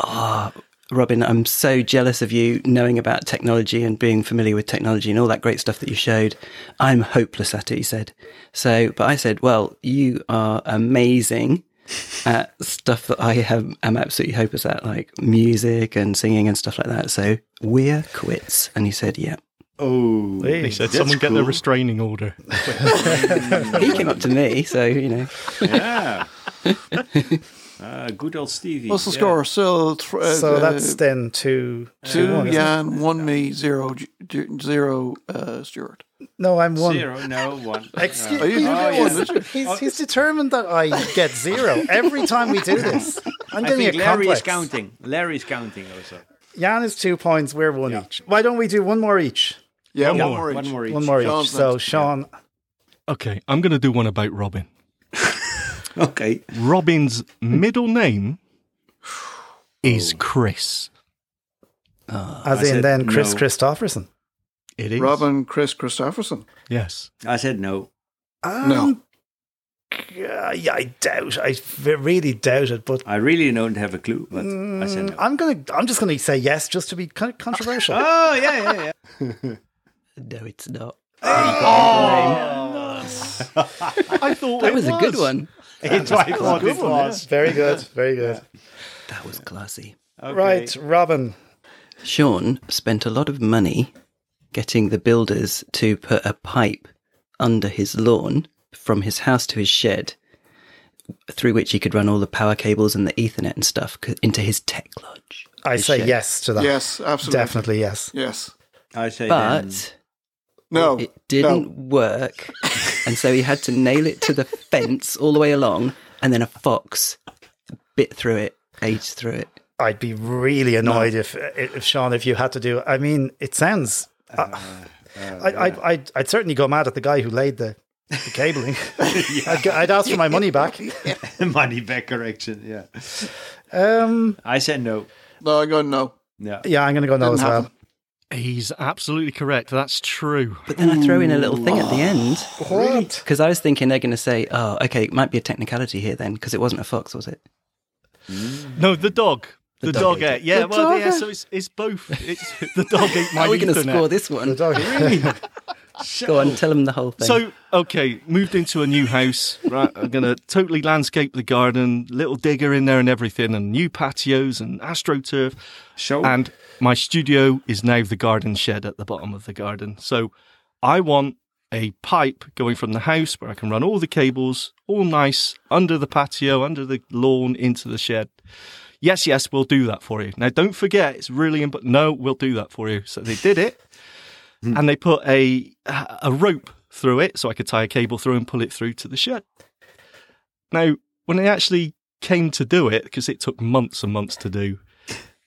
S11: Ah, Robin, I'm so jealous of you knowing about technology and being familiar with technology and all that great stuff that you showed. I'm hopeless at it, he said. So, but I said, Well, you are amazing at stuff that I have, am absolutely hopeless at, like music and singing and stuff like that. So we're quits. And he said, Yeah.
S3: Oh,
S9: they said someone get the restraining order.
S11: he came up to me, so you know.
S3: Yeah. Uh, good old Stevie.
S2: What's the
S3: yeah.
S2: score? Still, th- uh,
S4: So
S2: uh,
S4: that's then two,
S2: two
S4: one, isn't it?
S2: Jan, one me, zero, J- J- zero uh, Stuart.
S4: No, I'm one.
S3: Zero, no, one. Uh,
S4: Excuse
S2: Oh, you
S4: me.
S2: did get one,
S4: he's,
S2: did you?
S4: he's, he's determined that I get zero every time we do this. I'm
S3: I
S4: getting
S3: think
S4: a
S3: Larry
S4: complex.
S3: is counting. Larry is counting also.
S4: Jan is two points. We're one each. Why don't we do one more each?
S2: Yeah,
S3: One one more. more One each. more each.
S4: One more each.
S3: Sean's
S4: So
S3: next.
S4: Sean,
S9: Okay, I'm going to do one about Robin.
S3: okay.
S9: Robin's middle name is Chris.
S4: as
S3: I
S4: in
S3: said
S4: then Chris
S3: no.
S4: Christopherson.
S9: It is.
S2: Robin Chris Christopherson.
S9: Yes.
S3: I said no.
S4: Um,
S2: no.
S4: Uh, yeah, I doubt. I f- really doubt it. But
S3: I really don't have a clue, but I said no.
S4: I'm gonna. I'm just gonna say yes, just to be kind of controversial.
S3: Oh, yeah, yeah, yeah.
S11: No, it's not.
S9: I thought
S11: That
S9: it
S11: was a good one.
S9: It's
S11: That
S9: what I
S11: was
S9: thought
S11: a
S9: it
S11: good one,
S9: was.
S11: yeah.
S4: Very good. Very good.
S11: That was classy.
S4: Right, Robin.
S11: Sean spent a lot of money getting the builders to put a pipe under his lawn from his house to his shed through which he could run all the power cables and the ethernet and stuff c- into his tech lodge.
S4: I
S11: His
S4: say
S11: shed.
S4: yes to that.
S11: Yes, absolutely.
S4: Definitely yes.
S2: Yes.
S3: I um, say
S11: But
S3: then-
S2: no,
S11: it didn't work, and so he had to nail it to the fence all the way along, and then a fox bit through it, ate through it.
S4: I'd be really annoyed if, if Sean, if you had to do. I mean, it sounds.
S2: Uh,
S4: uh, I, I'd, I'd, I'd certainly go mad at the guy who laid the, the cabling. I'd, go- I'd ask for my money back.
S3: Money back correction, yeah.
S4: Um,
S3: I said no.
S2: No, I go no.
S3: No.
S4: yeah, I'm going to go no as well.
S9: He's absolutely correct. That's true.
S11: But then I throw in a little thing
S2: Oh.
S11: at the end.
S4: What?
S11: Because I was thinking they're going to say, "Oh, okay, it might be a technicality here then," because it wasn't a fox, was it?
S9: No, the dog.
S11: The
S9: The,
S11: dog
S9: dog,
S11: ate
S9: ate.
S11: it.
S9: Yeah,
S11: The
S9: well,
S11: dog
S9: yeah.
S11: ate-
S9: So it's, it's both. It's the dog ate my.
S11: How are we going to
S9: Ethernet.
S11: score this one?
S4: Really?
S11: Go on, tell them the whole thing.
S9: So okay, moved into a new house. Right, I'm gonna totally landscape the garden, little digger in there and everything, and new patios and astroturf.
S3: Show.
S9: And my studio is now the garden shed at the bottom of the garden. So I want a pipe going from the house where I can run all the cables, all nice, under the patio, under the lawn, into the shed. Yes, yes, we'll do that for you. Now, don't forget, it's really important. No, we'll do that for you. So they did it and they put a a rope through it so I could tie a cable through and pull it through to the shed. Now, when they actually came to do it, because it took months and months to do,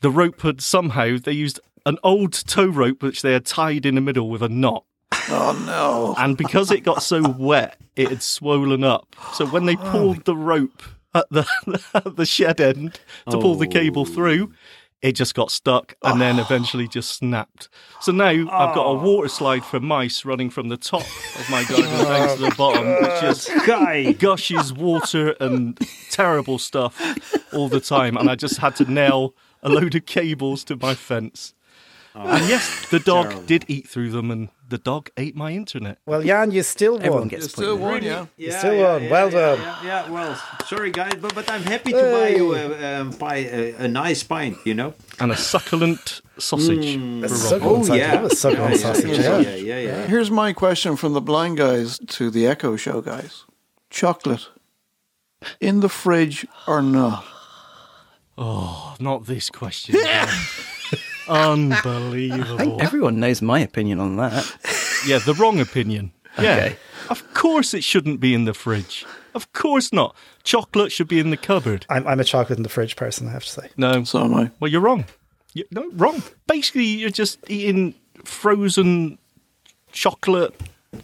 S9: the rope had somehow they used an old tow rope which they had tied in the middle with a knot.
S2: Oh no!
S9: And because it got so wet, it had swollen up. So when they
S2: Oh,
S9: pulled the rope at the at the shed end to pull the
S2: Oh.
S9: cable through, it just got stuck and
S2: Ah.
S9: then eventually just snapped. So now I've got a water slide for mice running from the top of my garden
S2: Oh,
S9: down to the bottom, which just gushes water and terrible stuff all the time. And I just had to nail a load of cables to my fence.
S3: Ah,
S9: and yes, the dog did eat through them, and the dog ate my internet.
S4: Well, Jan, you still won.
S9: Everyone gets a
S2: Still one, yeah.
S4: You still won. well
S3: yeah,
S4: done.
S3: Yeah, yeah, well, sorry guys, but, but I'm happy to buy you a, um, buy a, a nice pint, you know.
S9: And a succulent sausage.
S3: Mm.
S9: for
S3: A
S9: Robin.
S3: succulent Oh, sausage. yeah. Love a succulent
S2: Yeah,
S3: sausage,
S2: yeah,
S3: yeah.
S2: yeah,
S3: yeah.
S2: Here's my question from the blind guys to the Echo Show guys: chocolate in the fridge or not?
S9: Oh, not this question. Unbelievable.
S11: I think everyone knows my opinion on that.
S9: yeah, the wrong opinion. Yeah.
S11: Okay.
S9: Of course it shouldn't be in the fridge. Of course not. Chocolate should be in the cupboard.
S4: I'm, I'm a chocolate in the fridge person, I have to say.
S9: No.
S2: So am I.
S9: Well, you're wrong. you no, wrong. Basically, you're just eating frozen chocolate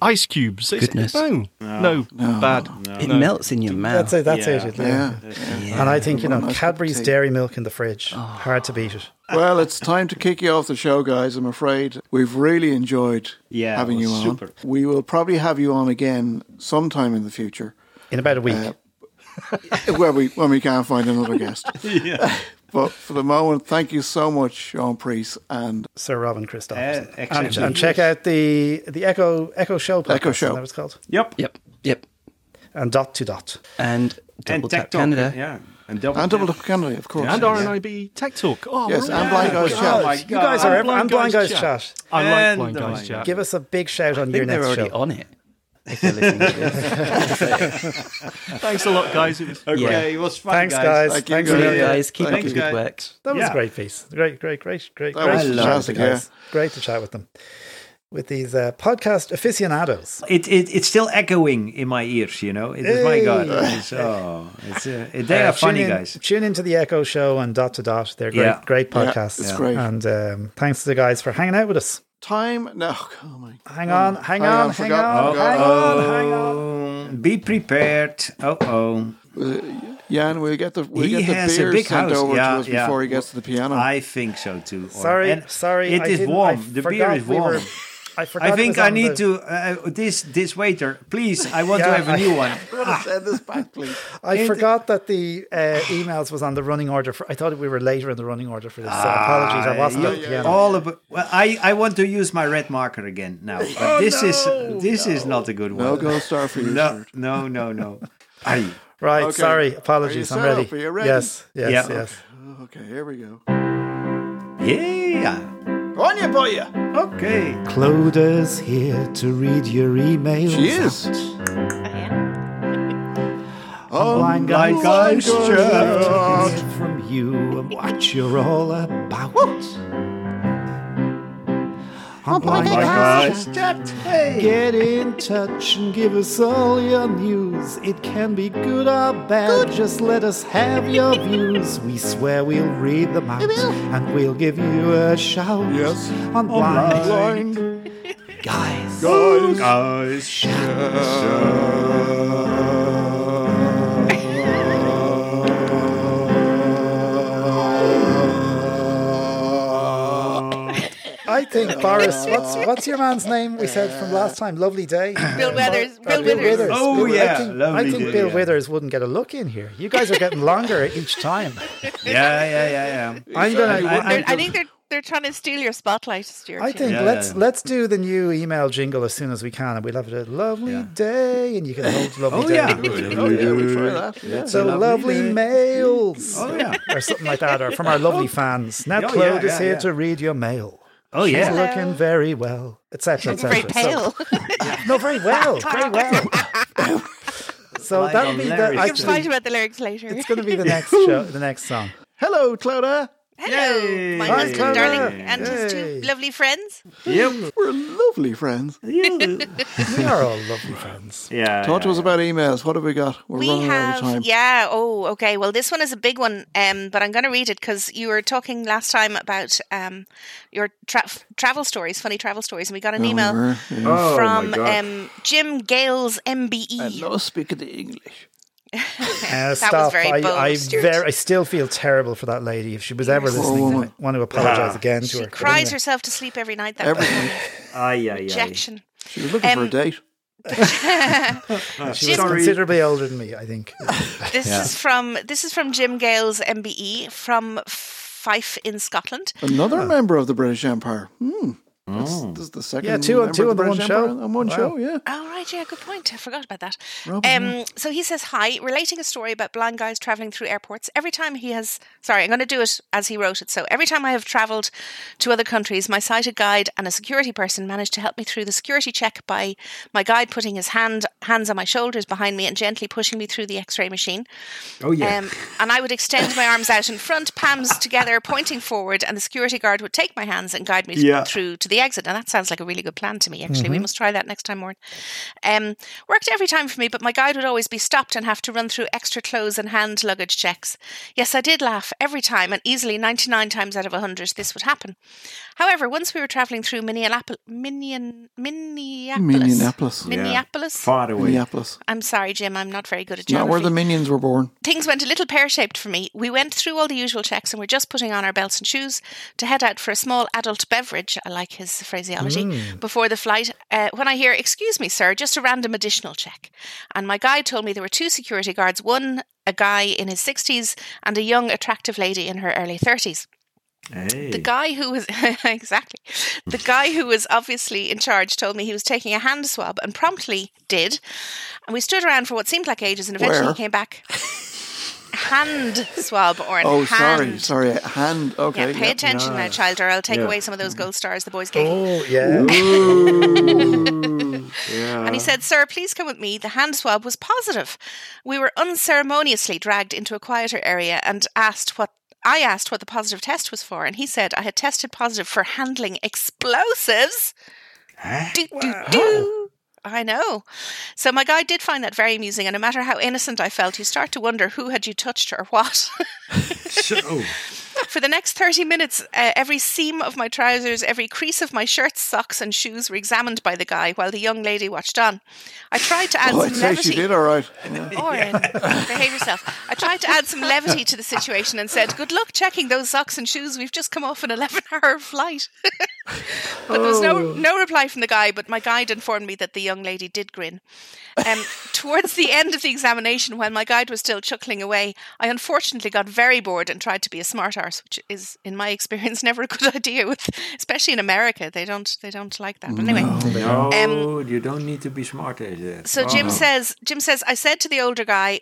S9: ice cubes. It's-
S11: Goodness.
S9: No. No. Bad.
S11: It
S9: No.
S11: melts in your mouth.
S4: That's it. That's
S9: Yeah.
S4: it. it-
S9: Yeah.
S2: Yeah.
S4: And I think, you know,
S2: Everyone knows
S4: Cadbury's
S2: what to
S4: dairy milk in the fridge. Hard to beat it.
S2: Well, it's time to kick you off the show, guys. I'm afraid we've really enjoyed
S3: Yeah,
S2: having
S3: it
S2: you
S3: was
S2: on.
S3: super.
S2: We will probably have you on again sometime in the future.
S4: In about a week.
S2: Uh, where we when we can't find another guest.
S3: yeah.
S2: But for the moment, thank you so much, Sean Priest and
S4: Sir Robin Christopherson.
S3: Uh,
S4: and,
S3: excellent.
S4: and check out the the Echo Echo Show podcast.
S2: Echo Show.
S4: Is that what it's called?
S3: Yep.
S11: Yep. Yep.
S4: And dot to dot.
S11: And Double
S3: and
S11: Tap
S3: Tech
S11: Canada.
S3: Talk, yeah, and double
S2: and Double Up Canada, of course.
S9: And RNIB Tech Talk. Oh,
S2: Yes,
S9: right.
S2: and Blind Guys
S9: Oh,
S2: Chat.
S9: my
S4: You guys are
S9: And
S4: ever- and Blind Guys Chat.
S9: I like
S3: And
S9: Blind
S3: the
S9: Guys
S3: Blind
S9: Chat.
S4: Give us a big shout on
S11: I
S4: your
S11: think they're
S4: next
S11: already
S4: show.
S11: on it. If they're listening to this.
S9: Thanks a lot, guys. It was
S3: Okay,
S11: Yeah.
S3: it was fun,
S4: Thanks,
S3: guys.
S4: guys.
S2: Thank you,
S4: Thanks,
S2: guys.
S4: for
S11: Brilliant,
S4: being here.
S11: guys. Keep up
S3: Thanks,
S11: the good
S3: guys.
S11: work.
S4: That was
S3: Yeah.
S4: a great piece. Great, great, great, great, great.
S2: That
S4: great
S2: was
S4: to chat with
S2: fantastic,
S4: you guys. Great to chat with them. With these uh, podcast aficionados.
S3: It, it it's still echoing in my ears, you know. It is my god.
S4: Hey.
S3: It's, oh, it's uh, they
S4: Uh,
S3: are funny
S4: tune in,
S3: guys.
S4: Tune into the Echo Show and Dot to Dot. They're great,
S3: Yeah.
S4: great
S2: Yeah,
S4: podcasts.
S2: it's Yeah. great.
S4: And um, thanks to the guys for hanging out with us.
S2: Time no oh my
S4: Hang on, hang
S2: Hang on,
S4: on, hang
S2: forgot-
S4: on,
S2: forgot.
S4: hang on, hang on.
S3: Um, Be prepared. Oh oh.
S2: Jan, we'll get the we'll
S3: He
S2: get the
S3: has a
S2: beer
S3: big
S2: sent
S3: house.
S2: over to
S3: Yeah,
S2: us
S3: yeah.
S2: before he gets to the piano.
S3: I think so too. Or-
S4: Sorry,
S3: and
S4: sorry.
S3: It
S4: I
S3: is
S4: didn't- I
S3: warm. The beer
S4: forgot
S3: is
S4: we
S3: warm.
S4: were- I forgot.
S3: I
S4: it was
S3: think I
S4: on
S3: need
S4: the-
S3: to uh, this this waiter, please. I want
S4: Yeah,
S3: to have
S4: I-
S3: a new one.
S2: want to send this back, please.
S4: I forgot that the uh, emails was on the running order. For, I thought we were later in the running order for this. So apologies, I wasn't.
S3: Uh,
S2: Ah,
S4: at the
S3: you-
S4: piano.
S2: Oh,
S3: All of well, I, I want to use my red marker again now.
S4: Oh,
S3: But this is this is not a good one.
S2: No go star for you.
S3: no,
S2: Stuart.
S3: no, no, no. Aye.
S4: Right,
S2: Okay. Are
S4: sorry,
S2: you
S4: apologies. I'm
S2: set up?
S4: ready.
S2: Are you ready?
S4: Yes, yes,
S3: Yeah.
S4: yes.
S2: Oh, Okay, here we go.
S3: Yeah.
S2: On you, boy. you.
S3: Okay.
S4: Clodagh's here to read your emails.
S2: She is. Oh,
S4: Blind
S3: my
S4: guys,
S3: gosh,
S4: to hear from you and what you're all about. Oh my
S3: gosh.
S4: Get in touch and give us all your news. It can be good or bad. Just let us have your views. We swear we'll read them out and we'll give you a shout.
S2: Yes.
S4: On blind,
S2: blind
S4: guys.
S2: guys.
S3: Guys.
S4: I think Boris. What's what's your man's name? We said from last time. Lovely day. Bill
S15: Withers, Bill Withers.
S3: Oh, yeah,
S4: I think,
S3: Lovely
S4: I think
S3: Day,
S4: Bill
S3: yeah.
S4: Withers wouldn't get a look in here. You guys are getting longer each time.
S3: Yeah, yeah, yeah, yeah.
S4: I'm gonna.
S3: I-
S15: They're- I think they're they're trying to steal your spotlight, Stuart.
S4: I
S15: you
S4: think
S15: know.
S3: Yeah,
S4: let's
S3: yeah.
S4: let's do the new email jingle as soon as we can, and we'll have a lovely day, and you can hold lovely
S3: Oh
S4: day.
S3: yeah.
S2: Oh yeah, we try that. Yeah.
S4: So lovely, mails,
S3: Oh yeah. Oh,
S4: or something like that, or from our lovely fans. Now
S3: Yeah,
S4: Claude
S3: yeah,
S4: is
S3: yeah,
S4: here
S3: yeah.
S4: to read your mail.
S3: Oh
S4: She's
S3: yeah.
S4: looking very well, etc.
S15: She's
S4: etc.
S15: very
S4: So-
S15: pale.
S4: No, very well, very well. so
S3: Like
S4: that'll be the
S3: hilarious.
S15: you can fight
S4: actually,
S15: about the lyrics later.
S4: it's going to be the next show, the next song.
S2: Hello, Clodagh.
S15: Hello,
S3: Yay.
S15: my
S3: Hi,
S15: husband, darling,
S4: Clara.
S15: and his
S4: Yay.
S15: two lovely friends.
S3: Yep.
S2: We're lovely friends.
S4: We are all lovely friends.
S3: Yeah.
S2: Talk to
S3: yeah,
S2: us about emails. What have we got? We're
S15: We
S2: running out
S15: have,
S2: of time.
S15: yeah. Oh, okay. Well, this one is a big one, um, but I'm going to read it because you were talking last time about um, your tra- travel stories, funny travel stories, and we got an email
S2: Over. Yeah.
S3: Oh,
S15: from
S3: my God.
S15: um, Jim Gales, E.
S2: And
S15: MBE.
S2: no speaking the English.
S4: Uh,
S15: was
S4: stop.
S15: very
S4: I,
S15: bold,
S4: I,
S15: Stuart.
S4: very, I still feel terrible for that lady. If she was ever
S2: Poor
S4: listening,
S2: woman.
S4: I want to apologise
S3: Ah.
S4: again to her.
S15: She
S4: But
S15: cries
S4: anyway.
S15: herself to sleep every night. That
S2: Every
S15: woman.
S3: Aye, aye, aye.
S15: rejection.
S2: She was looking for a
S15: Um,
S2: date.
S4: She was
S3: Sorry.
S4: considerably older than me, I think.
S15: This is from this is from Jim Gales, MBE, from Fife in Scotland.
S2: Another member of the British Empire. Hmm. That's, that's the second.
S4: Yeah, two on-
S2: member
S4: two
S2: of
S4: on the
S2: British
S4: one show.
S2: Empire On one
S4: Wow.
S2: show, yeah.
S8: Oh, right, yeah, good point. I forgot about that.
S2: Robin, yeah.
S8: Um, so he says, Hi, relating a story about blind guys traveling through airports. Every time he has, sorry, I'm going to do it as he wrote it. So every time I have traveled to other countries, my sighted guide and a security person managed to help me through the security check by my guide putting his hand hands on my shoulders behind me and gently pushing me through the x ray machine.
S9: Oh, yeah.
S8: and I would extend my arms out in front, palms together, pointing forward, and the security guard would take my hands and guide me
S9: Yeah.
S8: through to the exit. And that sounds like a really good plan to me, actually. We
S9: Mhm.
S8: must try that next time, Warren. Um, worked every time for me, but my guide would always be stopped and have to run through extra clothes and hand luggage checks. Yes, I did laugh every time, and easily 99 times out of 100 this would happen. However, once we were travelling through Minneapolis, Minion, Minneapolis,
S2: Minneapolis.
S8: Minneapolis.
S2: Minneapolis.
S8: I'm sorry, Jim. I'm not very good at
S2: It's not
S8: geography
S2: where the minions were born.
S8: things went a little pear shaped for me. We went through all the usual checks and we're just putting on our belts and shoes to head out for a small adult beverage. I like his phraseology
S9: Mm.
S8: before the flight. Uh, when I hear, Excuse me, sir, just a random additional check. And my guide told me there were two security guards one, a guy in his 60s, and a young, attractive lady in her early 30s. The guy who was exactly the guy who was obviously in charge told me he was taking a hand swab and promptly did. And we stood around for what seemed like ages and eventually
S2: Where?
S8: he came back. hand swab or an
S2: Oh,
S8: hand.
S2: sorry, sorry. Hand. Okay.
S8: yeah, pay attention now, child, or I'll take away some of
S2: Hmm.
S8: those gold stars the boys gave you.
S4: Oh, yeah.
S2: yeah.
S8: And he said, Sir, please come with me. The hand swab was positive. We were unceremoniously dragged into a quieter area and asked what I asked what the positive test was for, and he said I had tested positive for handling explosives. Do, do, do. I know. So my guy did find that very amusing, and no matter how innocent I felt, you start to wonder who had you touched or what.
S3: So,
S8: For the next 30 minutes, uh, every seam of my trousers, every crease of my shirts, socks, and shoes were examined by the guy while the young lady watched on. I tried to add
S2: Oh, I'd
S8: some
S2: say
S8: levity.
S2: she did all right. Yeah.
S8: Oren, behave yourself. I tried to add some levity to the situation and said, Good luck checking those socks and shoes. We've just come off an 11 hour flight. but there was no,
S9: Oh.
S8: no reply from the guy, but my guide informed me that the young lady did grin. Um, towards the end of the examination, while my guide was still chuckling away, I unfortunately got very bored and tried to be a smart arse, which is, in my experience, never a good idea, with, especially in America. They don't, they don't like that. But anyway.
S3: no,
S8: um,
S3: you don't need to be smart Oh, as that.
S8: so Jim says, Jim says, I said to the older guy,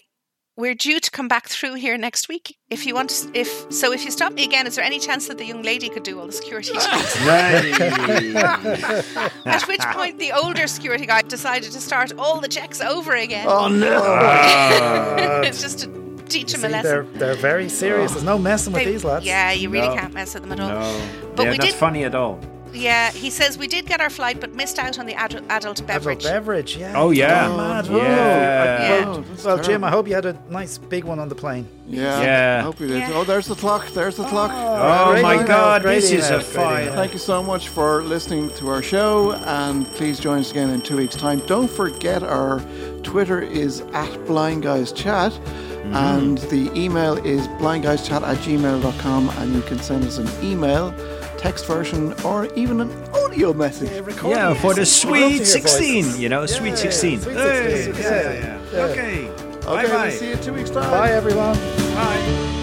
S8: we're due to come back through here next week. If you want, to, if so, if you stop me again, is there any chance that the young lady could do all the security checks? At which point, the older security guy decided to start all the checks over again.
S9: Oh, no.
S4: Ah.
S8: it's just to teach him a
S4: See, they're,
S8: lesson.
S4: they're very serious. There's no messing with
S8: They-
S4: these lads.
S8: Yeah, you really
S3: No.
S8: can't mess with them at all.
S3: No,
S8: But
S3: yeah,
S8: we
S3: that's
S8: did-
S3: funny at all.
S8: Yeah, he says we did get our flight, but missed out on the adult, adult
S4: Adult
S8: beverage.
S4: beverage, yeah.
S3: Oh, yeah.
S4: Oh, mad.
S3: Yeah.
S4: Whoa. I-
S3: Yeah.
S4: Well,
S2: That's
S4: well, Jim,
S2: terrible.
S4: I hope you had a nice big one on the plane.
S2: Yeah.
S3: Yeah.
S2: I hope you did. Oh, there's the clock. There's the clock.
S3: Oh,
S2: Great
S3: my
S2: email,
S3: God,
S2: great
S3: this is
S2: email,
S3: a
S2: great
S3: fire.
S2: email. Thank you so much for listening to our show, and please join us again in two weeks' time. Don't forget our Twitter is at Blind Guys Chat,
S3: Mm-hmm.
S2: and the email is blindguyschat at gmail.com, and you can send us an email, text version, or even an audio message.
S3: Yeah, for the sweet 16, you know, sweet 16. Hey, yeah, yeah. Okay.
S2: Okay,
S3: Bye-bye.
S2: we'll see you in two weeks' time.
S4: Bye, everyone.
S3: Bye.